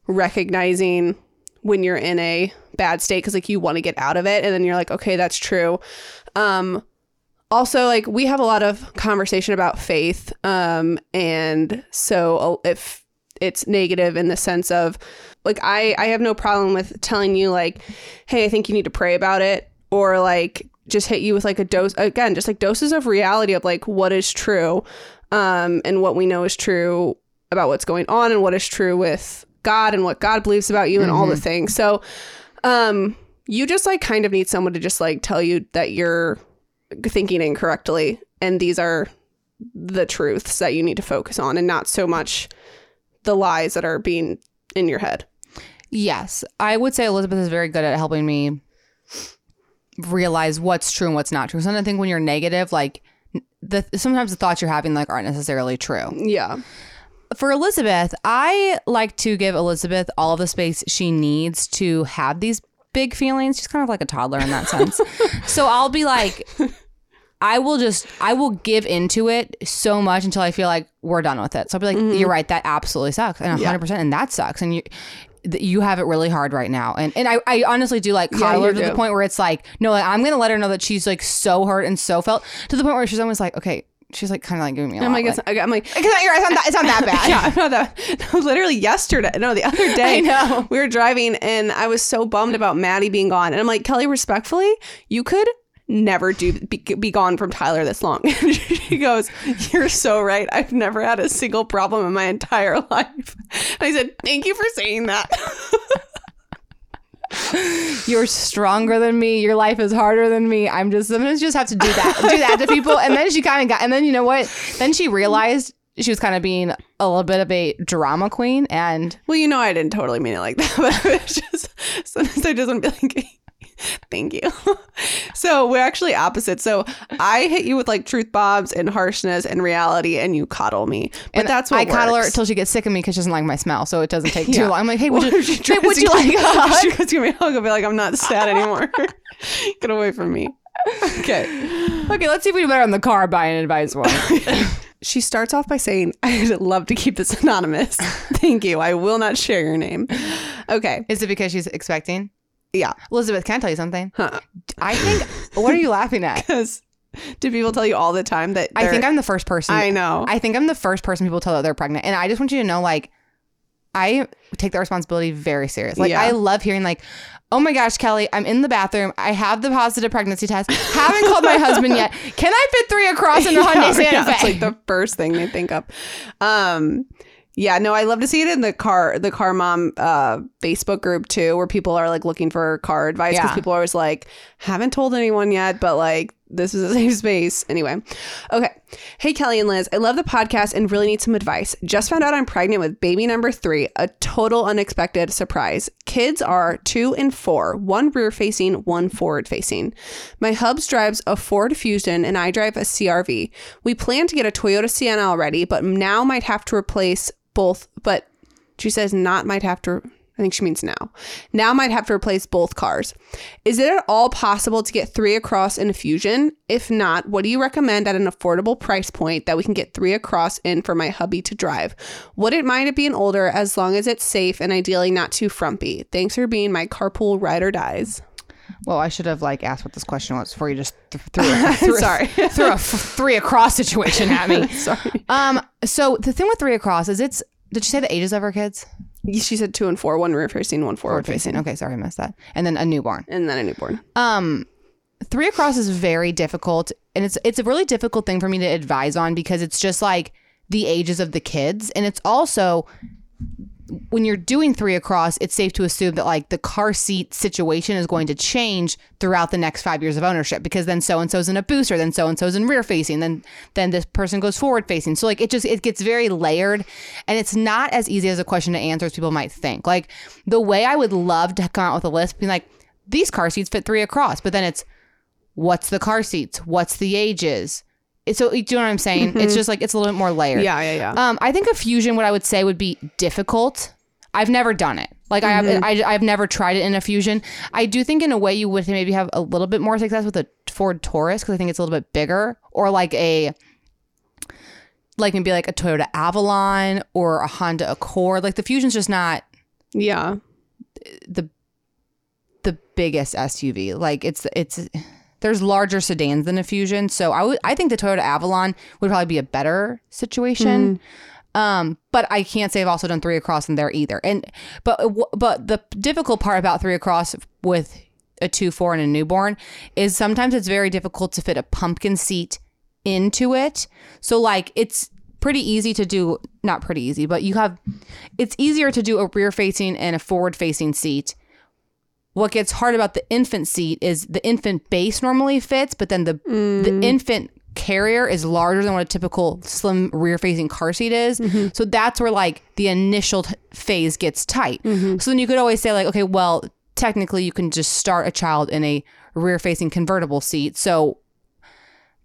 C: recognizing when you're in a bad state because like you want to get out of it and then you're like, okay, that's true. Um also like we have a lot of conversation about faith. Um and so uh, if it's negative in the sense of like I I have no problem with telling you like hey I think you need to pray about it or like just hit you with like a dose again just like doses of reality of like what is true um and what we know is true about what's going on and what is true with God and what God believes about you and all the things so um you just like kind of need someone to just like tell you that you're thinking incorrectly and these are the truths that you need to focus on and not so much the lies that are being in your head.
B: Yes, I would say Elizabeth is very good at helping me realize what's true and what's not true. Sometimes I think when you're negative, like the sometimes the thoughts you're having like aren't necessarily true.
C: Yeah.
B: For Elizabeth, I like to give Elizabeth all the space she needs to have these big feelings. She's kind of like a toddler in that sense. so I'll be like I will just I will give into it so much until I feel like we're done with it. So I'll be like,
C: Mm-hmm.
B: you're right, that absolutely sucks, and 100, percent and that sucks, and you th- you have it really hard right now, and and I, I honestly do like coddle
C: you
B: her to the
C: do.
B: point where it's like, no, like, I'm gonna let her know that she's like so hurt and so felt to the point where she's almost like, okay, she's like kind of like giving me. A
C: I'm
B: lot,
C: like,
B: like,
C: it's, I'm like,
B: it's not, your- it's not that, it's not that bad.
C: yeah, I'm not that. No, literally yesterday, no, the other day,
B: I know.
C: we were driving and I was so bummed about Maddie being gone. And I'm like, Kelly, respectfully, you could never do be, be gone from Tyler this long. And she goes, You're so right. I've never had a single problem in my entire life. And I said, Thank you for saying that.
B: You're stronger than me. Your life is harder than me. I'm just sometimes you just have to do that, do that to people. And then she kind of got, and then you know what? Then she realized she was kind of being a little bit of a drama queen, and
C: Well, you know, I didn't totally mean it like that, but I was just sometimes I just want to be like, thank you. so we're actually opposite. So I hit you with like truth bombs and harshness and reality, and you coddle me. But
B: and
C: that's what
B: I coddle her
C: works.
B: until she gets sick of me because she doesn't like my smell, so it doesn't take too
C: Yeah.
B: long. I'm like, hey, would
C: Well,
B: you,
C: if she
B: hey,
C: tries
B: would
C: to
B: you
C: give-
B: like a
C: if
B: hug?
C: She wants to give me a hug. I'll be like, I'm not sad anymore. Get away from me. Okay.
B: Okay, let's see if we do better on the car buying advice one.
C: She starts off by saying, I'd love to keep this anonymous. Thank you. I will not share your name. Okay.
B: Is it because she's expecting?
C: Yeah.
B: Elizabeth, can I tell you something?
C: Huh.
B: I think. What are you laughing at?
C: Because do people tell you all the time that
B: I think
C: they're-
B: I'm the first person.
C: I know.
B: I think I'm the first person people tell that they're pregnant. And I just want you to know, like, I take that responsibility very serious. Like,
C: Yeah.
B: I love hearing, like, Oh my gosh, Kelly, I'm in the bathroom. I have the positive pregnancy test. Haven't called my husband yet. Can I fit three across in the Hyundai Santa Fe?
C: That's like the first thing they think of. Um, yeah, no, I love to see it in the car, the car mom uh, Facebook group too, where people are like looking for car advice because
B: Yeah.
C: people are always like, haven't told anyone yet, but like this is a safe space. Anyway, okay. Hey, Kelly and Liz, I love the podcast and really need some advice. Just found out I'm pregnant with baby number three, a total unexpected surprise. Kids are two and four, one rear facing, one forward facing. My hubs drives a Ford Fusion and I drive a CRV. We plan to get a Toyota Sienna already, but now might have to replace both, but she says not might have to. I think she means now. Now might have to replace both cars. Is it at all possible to get three across in a fusion? If not, what do you recommend at an affordable price point that we can get three across in for my hubby to drive? Wouldn't mind it being older as long as it's safe and ideally not too frumpy. Thanks for being my carpool ride or dies.
B: Well, I should have like asked what this question was before you just th- threw a, threw,
C: Sorry.
B: threw a f- three across situation at me.
C: Sorry.
B: Um, so the thing with three across is it's. Did you say the ages of our kids?
C: She said two and four, one rear facing, one forward facing,
B: Okay, sorry, I missed that. And then a newborn.
C: and then a newborn.
B: Um, three across is very difficult, and it's it's a really difficult thing for me to advise on because it's just like the ages of the kids, and it's also when you're doing three across, it's safe to assume that like the car seat situation is going to change throughout the next five years of ownership because then so and so's in a booster, then so and so's in rear facing, then then this person goes forward facing. So like it just it gets very layered, and it's not as easy as a question to answer as people might think. Like the way I would love to come out with a list, being like these car seats fit three across, but then it's what's the car seats, what's the ages. It's- So do you know what I'm saying? It's just like it's a little bit more layered.
C: Yeah, yeah, yeah.
B: Um, I think a fusion, what I would say, would be difficult. I've never done it. Like I, have, I, I've never tried it in a fusion. I do think in a way you would maybe have a little bit more success with a Ford Taurus because I think it's a little bit bigger, or like a, like maybe like a Toyota Avalon or a Honda Accord. Like the Fusion's just not
C: yeah.
B: the the biggest SUV. Like it's it's there's larger sedans than a Fusion, so I would I think the Toyota Avalon would probably be a better situation. Um, but I can't say I've also done three across in there either. And but but the difficult part about three across with a two four and a newborn is sometimes it's very difficult to fit a pumpkin seat into it. So like it's pretty easy to do not pretty easy, but you have it's easier to do a rear facing and a forward facing seat. What gets hard about the infant seat is the infant base normally fits, but then the the infant carrier is larger than what a typical slim rear facing car seat is. So that's where like the initial t- phase gets tight. So then you could always say like, okay, well, technically you can just start a child in a rear facing convertible seat. So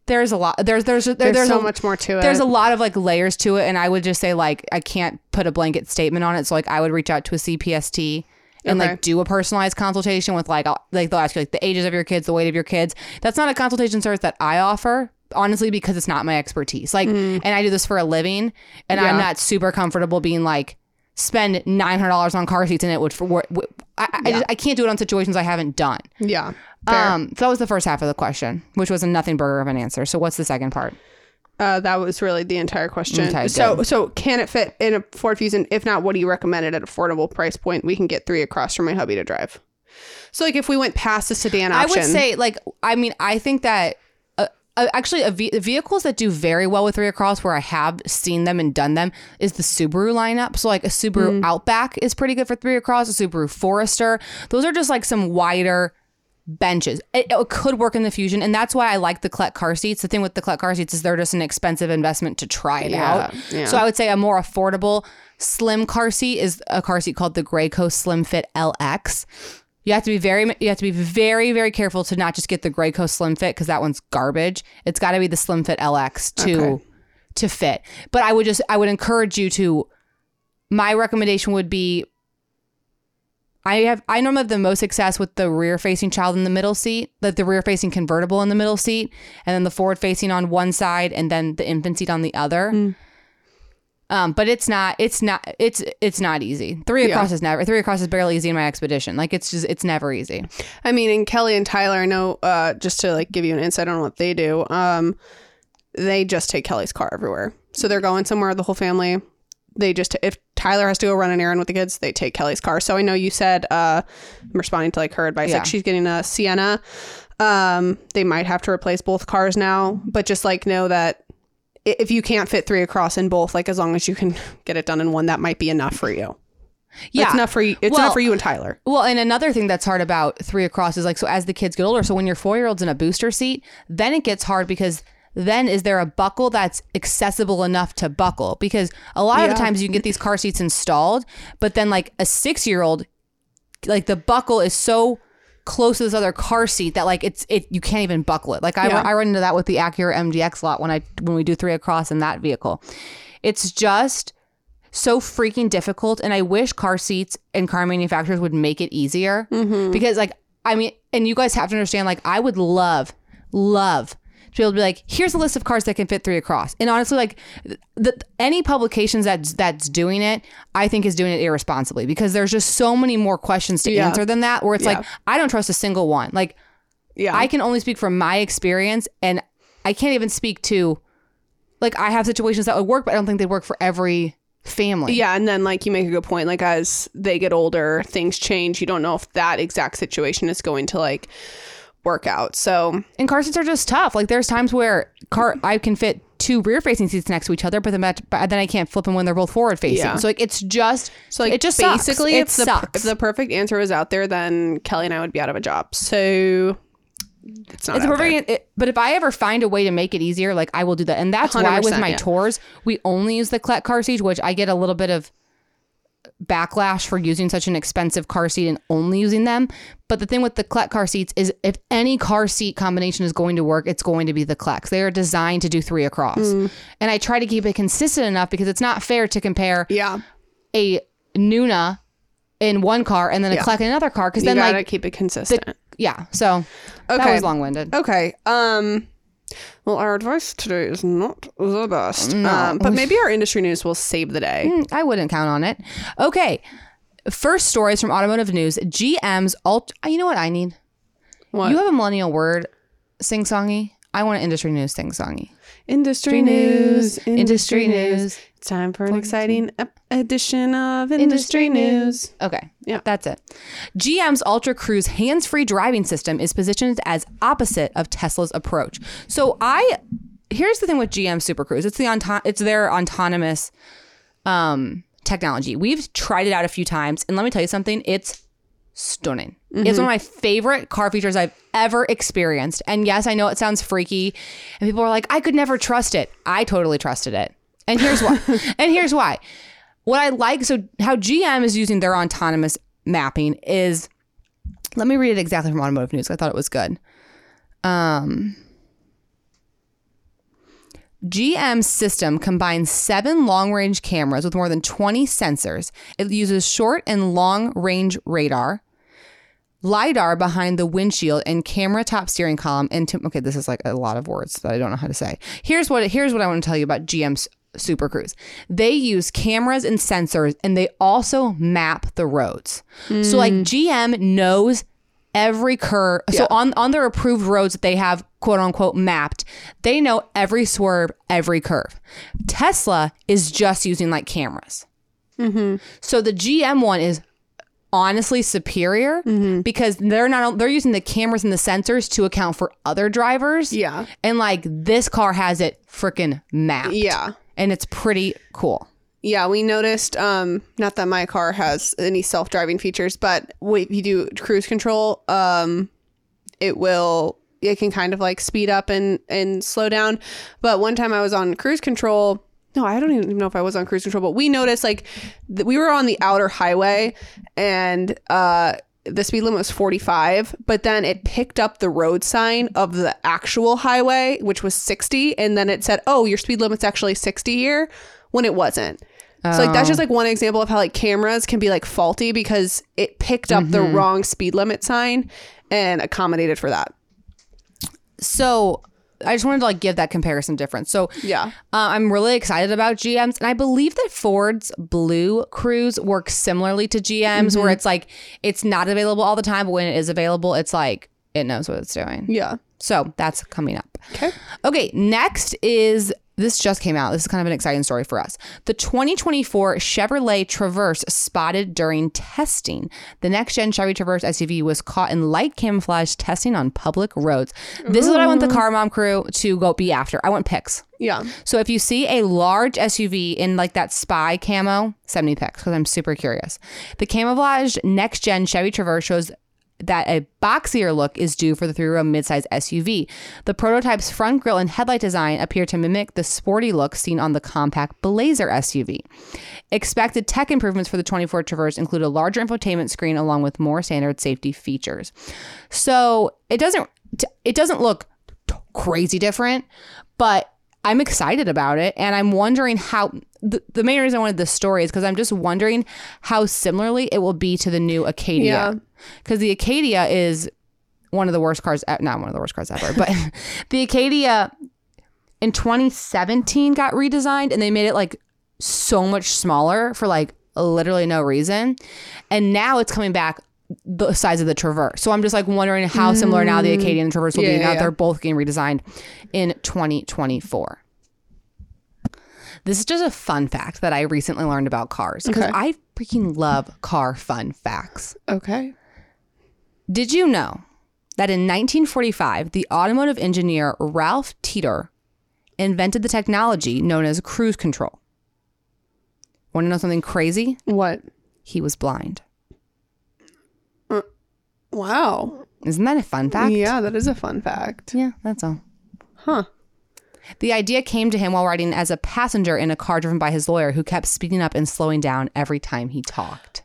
B: there's a lot there's there's there-
C: There's,
B: there's
C: so
B: a,
C: much more to it.
B: there's a lot of like layers to it and i would just say like i can't put a blanket statement on it so like i would reach out to a cpst and
C: Okay.
B: like do a personalized consultation with like I'll, like they'll ask you like the ages of your kids the weight of your kids that's not a consultation service that i offer honestly because it's not my expertise like and i do this for a living and i'm
C: Mm. Yeah.
B: not super comfortable being like spend $900 on car seats and it would for wor- w- i, I- I, just, I can't do it on situations i haven't done
C: yeah. Fair.
B: um so that was the first half of the question which was a nothing burger of an answer so what's the second part
C: Uh, that was really the entire question.
B: Okay,
C: so, so can it fit in a Ford Fusion? If not, what do you recommend it at affordable price point? We can get three across for my hubby to drive. So, like, if we went past the sedan
B: I
C: option,
B: would say, like, I mean, I think that uh, uh, actually, a ve- vehicles that do very well with three across, where I have seen them and done them, is the Subaru lineup. So, like, a Subaru Outback is pretty good for three across. A Subaru Forester, those are just like some wider benches. It, it could work in the Fusion, and that's why I like the Klett car seats. The thing with the Klett car seats is they're just an expensive investment to try it
C: Yeah,
B: out.
C: yeah.
B: So I would say a more affordable slim car seat is a car seat called the Graco Slim Fit LX. You have to be very you have to be very very careful to not just get the Graco Slim Fit because that one's garbage. It's got to be the Slim Fit LX to to fit. But I would just I would encourage you to my recommendation would be I have I normally have the most success with the rear facing child in the middle seat, like the rear facing convertible in the middle seat, and then the forward facing on one side and then the infant seat on the other.
C: Mm.
B: Um, but it's not it's not it's it's not easy. Three across is never three across is barely easy in my expedition. Like it's just it's never easy.
C: I mean, and Kelly and Tyler, I know, uh, just to like give you an insight on what they do, um, they just take Kelly's car everywhere. So they're going somewhere, the whole family. They just, if Tyler has to go run an errand with the kids. They take Kelly's car. So I know you said, uh, I'm responding to like her advice,
B: Yeah.
C: like she's getting a Sienna. Um, they might have to replace both cars now, but just like know that i- if you can't fit three across in both, like as long as you can get it done in one, that might be enough for you.
B: Yeah.
C: it's enough for you. It's
B: Well-
C: not for you and Tyler.
B: Well, and another thing that's hard about three across is like, so as the kids get older, so when your four year old's in a booster seat, then it gets hard because then is there a buckle that's accessible enough to buckle? Because a lot of the
C: Yeah.
B: times you can get these car seats installed, but then like a six year old, like the buckle is so close to this other car seat that like it's it you can't even buckle it. Like I,
C: Yeah.
B: I run into that with the Acura MDX lot when I when we do three across in that vehicle. It's just so freaking difficult and i wish car seats and car manufacturers would make it easier
C: Mm-hmm.
B: because like i mean and you guys have to understand like i would love love to be able to be like here's a list of cars that can fit three across and honestly like th- the, any publications that's that's doing it i think is doing it irresponsibly because there's just so many more questions to
C: Yeah.
B: answer than that where it's like
C: Yeah.
B: i don't trust a single one like
C: Yeah,
B: I can only speak from my experience, and I can't even speak to, like, I have situations that would work, but I don't think they work for every family.
C: Yeah, and then like you make a good point. Like as they get older, things change. You don't know if that exact situation is going to like work out. So
B: And car seats are just tough. Like, there's times where car I can fit two rear-facing seats next to each other, but then that, but then I can't flip them when they're both forward-facing.
C: Yeah.
B: So like, it's just
C: so like
B: it just sucks.
C: basically
B: it
C: if the per-
B: sucks.
C: if the perfect answer was out there, then Kelly and I would be out of a job. So it's not
B: it's a
C: out there.
B: perfect, it- but if I ever find a way to make it easier, like I will do that. And that's why with
C: 100%,
B: my
C: yeah.
B: tours, we only use the Klett car seat, which I get a little bit of backlash for using such an expensive car seat and only using them. But the thing with the Klett car seats is if any car seat combination is going to work, it's going to be the Kletts. They are designed to do three across.
C: Mm.
B: And I try to keep it consistent enough because it's not fair to compare
C: Yeah,
B: a Nuna in one car and then a Kleck in another car because
C: you
B: then
C: gotta
B: like
C: keep it consistent.
B: yeah. So that
C: Okay.
B: was long winded.
C: Okay. Um well, our advice today is not the best, um, but maybe our industry news will save the day.
B: Mm, I wouldn't count on it. Okay. First stories from automotive news. GM's alt. You know what I need?
C: What?
B: You have a millennial word sing songy. I want an industry news sing songy.
C: Industry
B: news, industry news.
C: It's time for an exciting ep- edition of industry news.
B: Okay.
C: Yeah.
B: That's it. GM's Ultra Cruise hands free driving system is positioned as opposite of Tesla's approach. So I. Here's the thing with GM Super Cruise. It's the auto- it's their autonomous um, technology. We've tried it out a few times, and let me tell you something. It's stunning. It's one of my favorite car features I've ever experienced. And yes, I know it sounds freaky, and people are like, "I could never trust it." I totally trusted it, and here's why. and here's why. What I like, so how GM is using their autonomous mapping is. Let me read it exactly from Automotive News. I thought it was good. Um, GM's system combines seven long range cameras with more than 20 sensors. It uses short and long range radar, LiDAR behind the windshield, and camera top steering column. And to, okay, this is like a lot of words that I don't know how to say. Here's what, here's what I want to tell you about GM's Super Cruise. They use cameras and sensors, and they also map the roads. So, like, GM knows every curve. So on on their approved roads that they have quote unquote mapped, they know every swerve, every curve. Tesla is just using like cameras. So the GM one is honestly superior
C: Mm-hmm.
B: because they're not they're using the cameras and the sensors to account for other drivers.
C: Yeah.
B: And like this car has it freaking mapped.
C: Yeah.
B: And it's pretty cool.
C: Yeah, we noticed. Um, not that my car has any self-driving features, but when you do cruise control, um, it will it can kind of like speed up and and slow down. But one time I was on cruise control. No, I don't even know if I was on cruise control, but we noticed like th- we were on the outer highway and uh the speed limit was 45, but then it picked up the road sign of the actual highway, which was 60, and then it said, "Oh, your speed limit's actually 60 here," when it wasn't. So like that's
B: Oh.
C: just like one example of how like cameras can be like faulty because it picked up
B: Mm-hmm.
C: the wrong speed limit sign and accommodated for that.
B: So I just wanted to like give that comparison difference. So
C: Yeah.
B: uh, I'm really excited about GMs, and I believe that Ford's Blue Cruise works similarly to GMs,
C: Mm-hmm.
B: where it's like it's not available all the time, but when it is available, it's like it knows what it's doing.
C: Yeah.
B: So that's coming up.
C: Okay.
B: Okay. Next is This just came out. This is kind of an exciting story for us. The 2024 Chevrolet Traverse spotted during testing. The next gen Chevy Traverse SUV was caught in light camouflage testing on public roads. This is what I want the car mom crew to go be after. I want pics.
C: Yeah.
B: So if you see a large SUV in like that spy camo, send me pics because I'm super curious. The camouflaged next gen Chevy Traverse shows that a boxier look is due for the three row midsize SUV. The prototype's front grille and headlight design appear to mimic the sporty look seen on the compact Blazer SUV. Expected tech improvements for the 24 Traverse include a larger infotainment screen along with more standard safety features. So it doesn't it doesn't look t- crazy different, but I'm excited about it. And I'm wondering how the, the main reason I wanted this story is because I'm just wondering how similarly it will be to the new
C: Yeah.
B: Acadia. Because the Acadia is one of the worst cars, e- not one of the worst cars ever, but the Acadia in 2017 got redesigned and they made it like so much smaller for like literally no reason. And now it's coming back the size of the Traverse. So I'm just like wondering how similar now the Acadia and Traverse will
C: Yeah,
B: be. Now
C: yeah, yeah.
B: they're both getting redesigned in 2024. This is just a fun fact that I recently learned about cars because
C: Okay.
B: I freaking love car fun facts.
C: Okay.
B: Did you know that in 1945, the automotive engineer Ralph Teeter invented the technology known as cruise control? Want to know something crazy?
C: What?
B: He was blind.
C: Wow.
B: Isn't that a fun fact?
C: Yeah, that is a fun fact.
B: Yeah, that's all.
C: Huh.
B: The idea came to him while riding as a passenger in a car driven by his lawyer, who kept speeding up and slowing down every time he talked.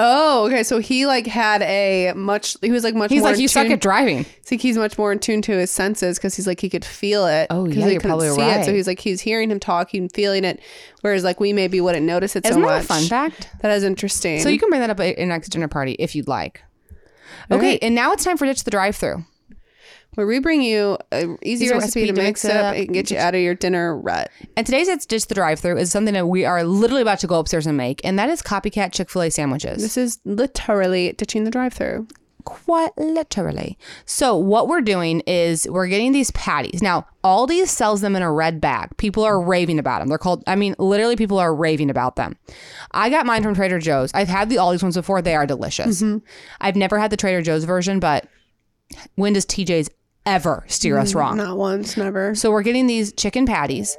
C: Oh, okay. So he like had a much. He was like much.
B: He's
C: more
B: like,
C: in
B: you suck
C: tune-
B: at driving.
C: It's like he's much more in tune to his senses because he's like he could feel it.
B: Oh,
C: 'cause
B: yeah,
C: he
B: you're
C: couldn't
B: probably
C: see It. So
B: right.
C: he's like he's hearing him talking, feeling it, whereas like we maybe wouldn't notice it so
B: Isn't
C: much.
B: that a fun fact?
C: That is interesting.
B: So you can bring that up at your next dinner party if you'd like. Okay, and now it's time for ditch the drive-through.
C: where we bring you an easy
B: Easy
C: recipe, to mix it up and get you out of your dinner rut.
B: And today's it's ditch the drive-through is something that we are literally about to go upstairs and make, and that is copycat Chick-fil-A sandwiches.
C: This is literally ditching the drive-through.
B: quite literally. So what we're doing is we're getting these patties. Now, Aldi sells them in a red bag. People are raving about them. They're called I mean, literally people are raving about them. I got mine from Trader Joe's. I've had the Aldi's ones before. They are delicious. I've never had the Trader Joe's version, but when does TJ's ever steer us wrong?
C: Not once, never.
B: So we're getting these chicken patties.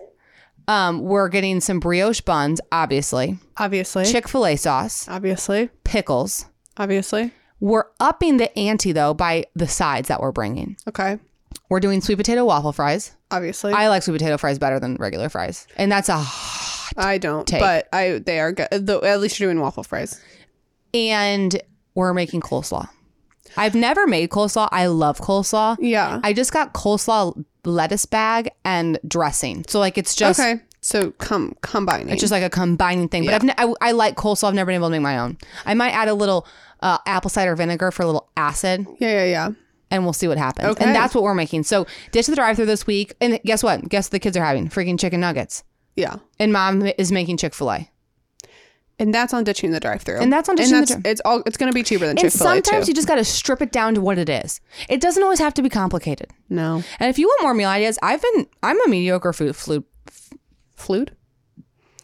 B: Um, we're getting some brioche buns, obviously,
C: Obviously,
B: Chick fil A sauce,
C: obviously,
B: pickles.
C: obviously.
B: We're upping the ante though by the sides that we're bringing.
C: Okay,
B: We're doing sweet potato waffle fries.
C: obviously.
B: I like sweet potato fries better than regular fries, and that's a.
C: I don't,
B: Take.
C: but I they are good. Though at least you're doing waffle fries.
B: And we're making coleslaw. I've never made coleslaw. I love coleslaw.
C: Yeah.
B: I just got coleslaw lettuce bag and dressing. So like it's just
C: okay. So come combining.
B: It's just like a combining thing. But I've ne- I, I like coleslaw. I've never been able to make my own. I might add a little uh, apple cider vinegar for a little acid,
C: yeah, yeah, yeah.
B: and we'll see what happens.
C: Okay.
B: And that's what we're making. So ditch the drive-through this week. And guess what? Guess what the kids are having freaking chicken nuggets.
C: Yeah.
B: And mom is making Chick Fil A.
C: And that's on ditching the drive through.
B: And that's on ditching the dri-
C: It's all. It's going to be cheaper than Chick
B: And
C: Fil A too.
B: sometimes you just got to strip it down to what it is. It doesn't always have to be complicated.
C: no
B: And if you want more meal ideas, I've been I'm a mediocre food food
C: flute.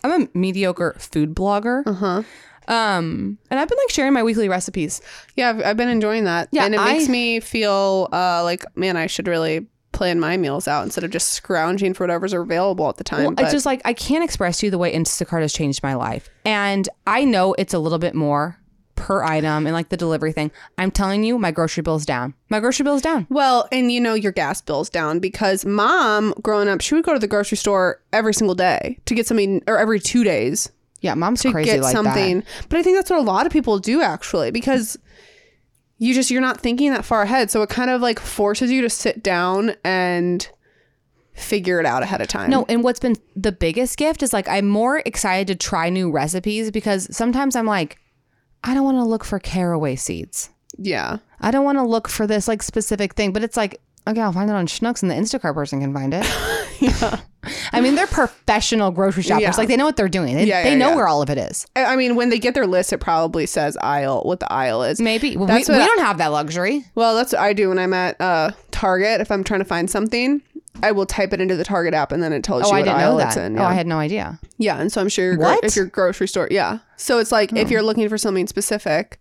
B: I'm a mediocre food blogger. Uh huh. Um, and I've been like sharing my weekly recipes.
C: Yeah, I've, I've been enjoying that.
B: Yeah,
C: and it makes
B: I-
C: me feel uh, like man, I should really plan my meals out instead of just scrounging for whatever's available at the time.
B: Well,
C: but
B: it's just like I can't express to you the way Instacart has changed my life. And I know it's a little bit more per item and like the delivery thing. I'm telling you, my grocery bill's down. My grocery bill's down.
C: Well, and you know your gas bills down because mom, growing up, she would go to the grocery store every single day to get something, or every two days
B: Yeah, mom's
C: to
B: crazy
C: get
B: like
C: something.
B: that.
C: But I think that's what a lot of people do actually because you just you're not thinking that far ahead, so it kind of like forces you to sit down and figure it out ahead of time.
B: No, and what's been the biggest gift is like I'm more excited to try new recipes because sometimes I'm like, I don't want to look for caraway seeds.
C: yeah,
B: I don't want to look for this like specific thing, but it's like, okay, I'll find it on Schnucks and the Instacart person can find it. I mean, they're professional grocery shoppers.
C: Yeah.
B: Like they know what they're doing. They,
C: Yeah,
B: they
C: yeah,
B: know
C: yeah.
B: where all of it is.
C: I I mean when they get their list, it probably says aisle what the aisle is.
B: Maybe Well,
C: That's
B: we,
C: what
B: we
C: I-
B: don't have that luxury.
C: Well, that's what I do when I'm at uh, Target if I'm trying to find something. I will type it into the Target app and then it tells
B: Oh,
C: you
B: I
C: what
B: didn't
C: aisle
B: know
C: it's
B: that.
C: in.
B: Oh,
C: yeah.
B: I had no idea.
C: Yeah, and so I'm sure your gro-
B: What? Hmm.
C: if your grocery store, yeah. So it's like if you're looking for something specific,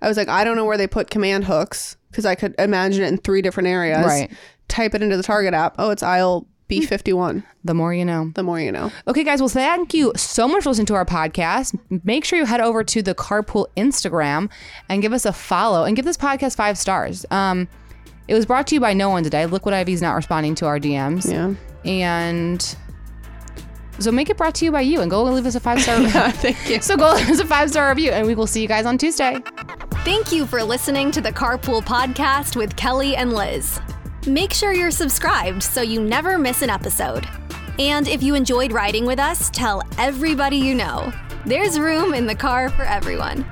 C: I was like, I don't know where they put command hooks because I could imagine it in three different areas.
B: Right. Hmm.
C: Type it into the Target app. Oh, it's aisle B51.
B: The more you know.
C: The more you know.
B: Okay, guys. Well, thank you so much for listening to our podcast. Make sure you head over to the Carpool Instagram and give us a follow and give this podcast five stars. Um, it was brought to you by no one today. Look what Ivy's not responding to our DMs.
C: Yeah.
B: And so make it brought to you by you and go and leave us a five star review.
C: Thank you.
B: so go leave us a five star review and we will see you guys on Tuesday.
A: Thank you for listening to the Carpool Podcast with Kelly and Liz. Make sure you're subscribed so you never miss an episode. And if you enjoyed riding with us, tell everybody you know. There's room in the car for everyone.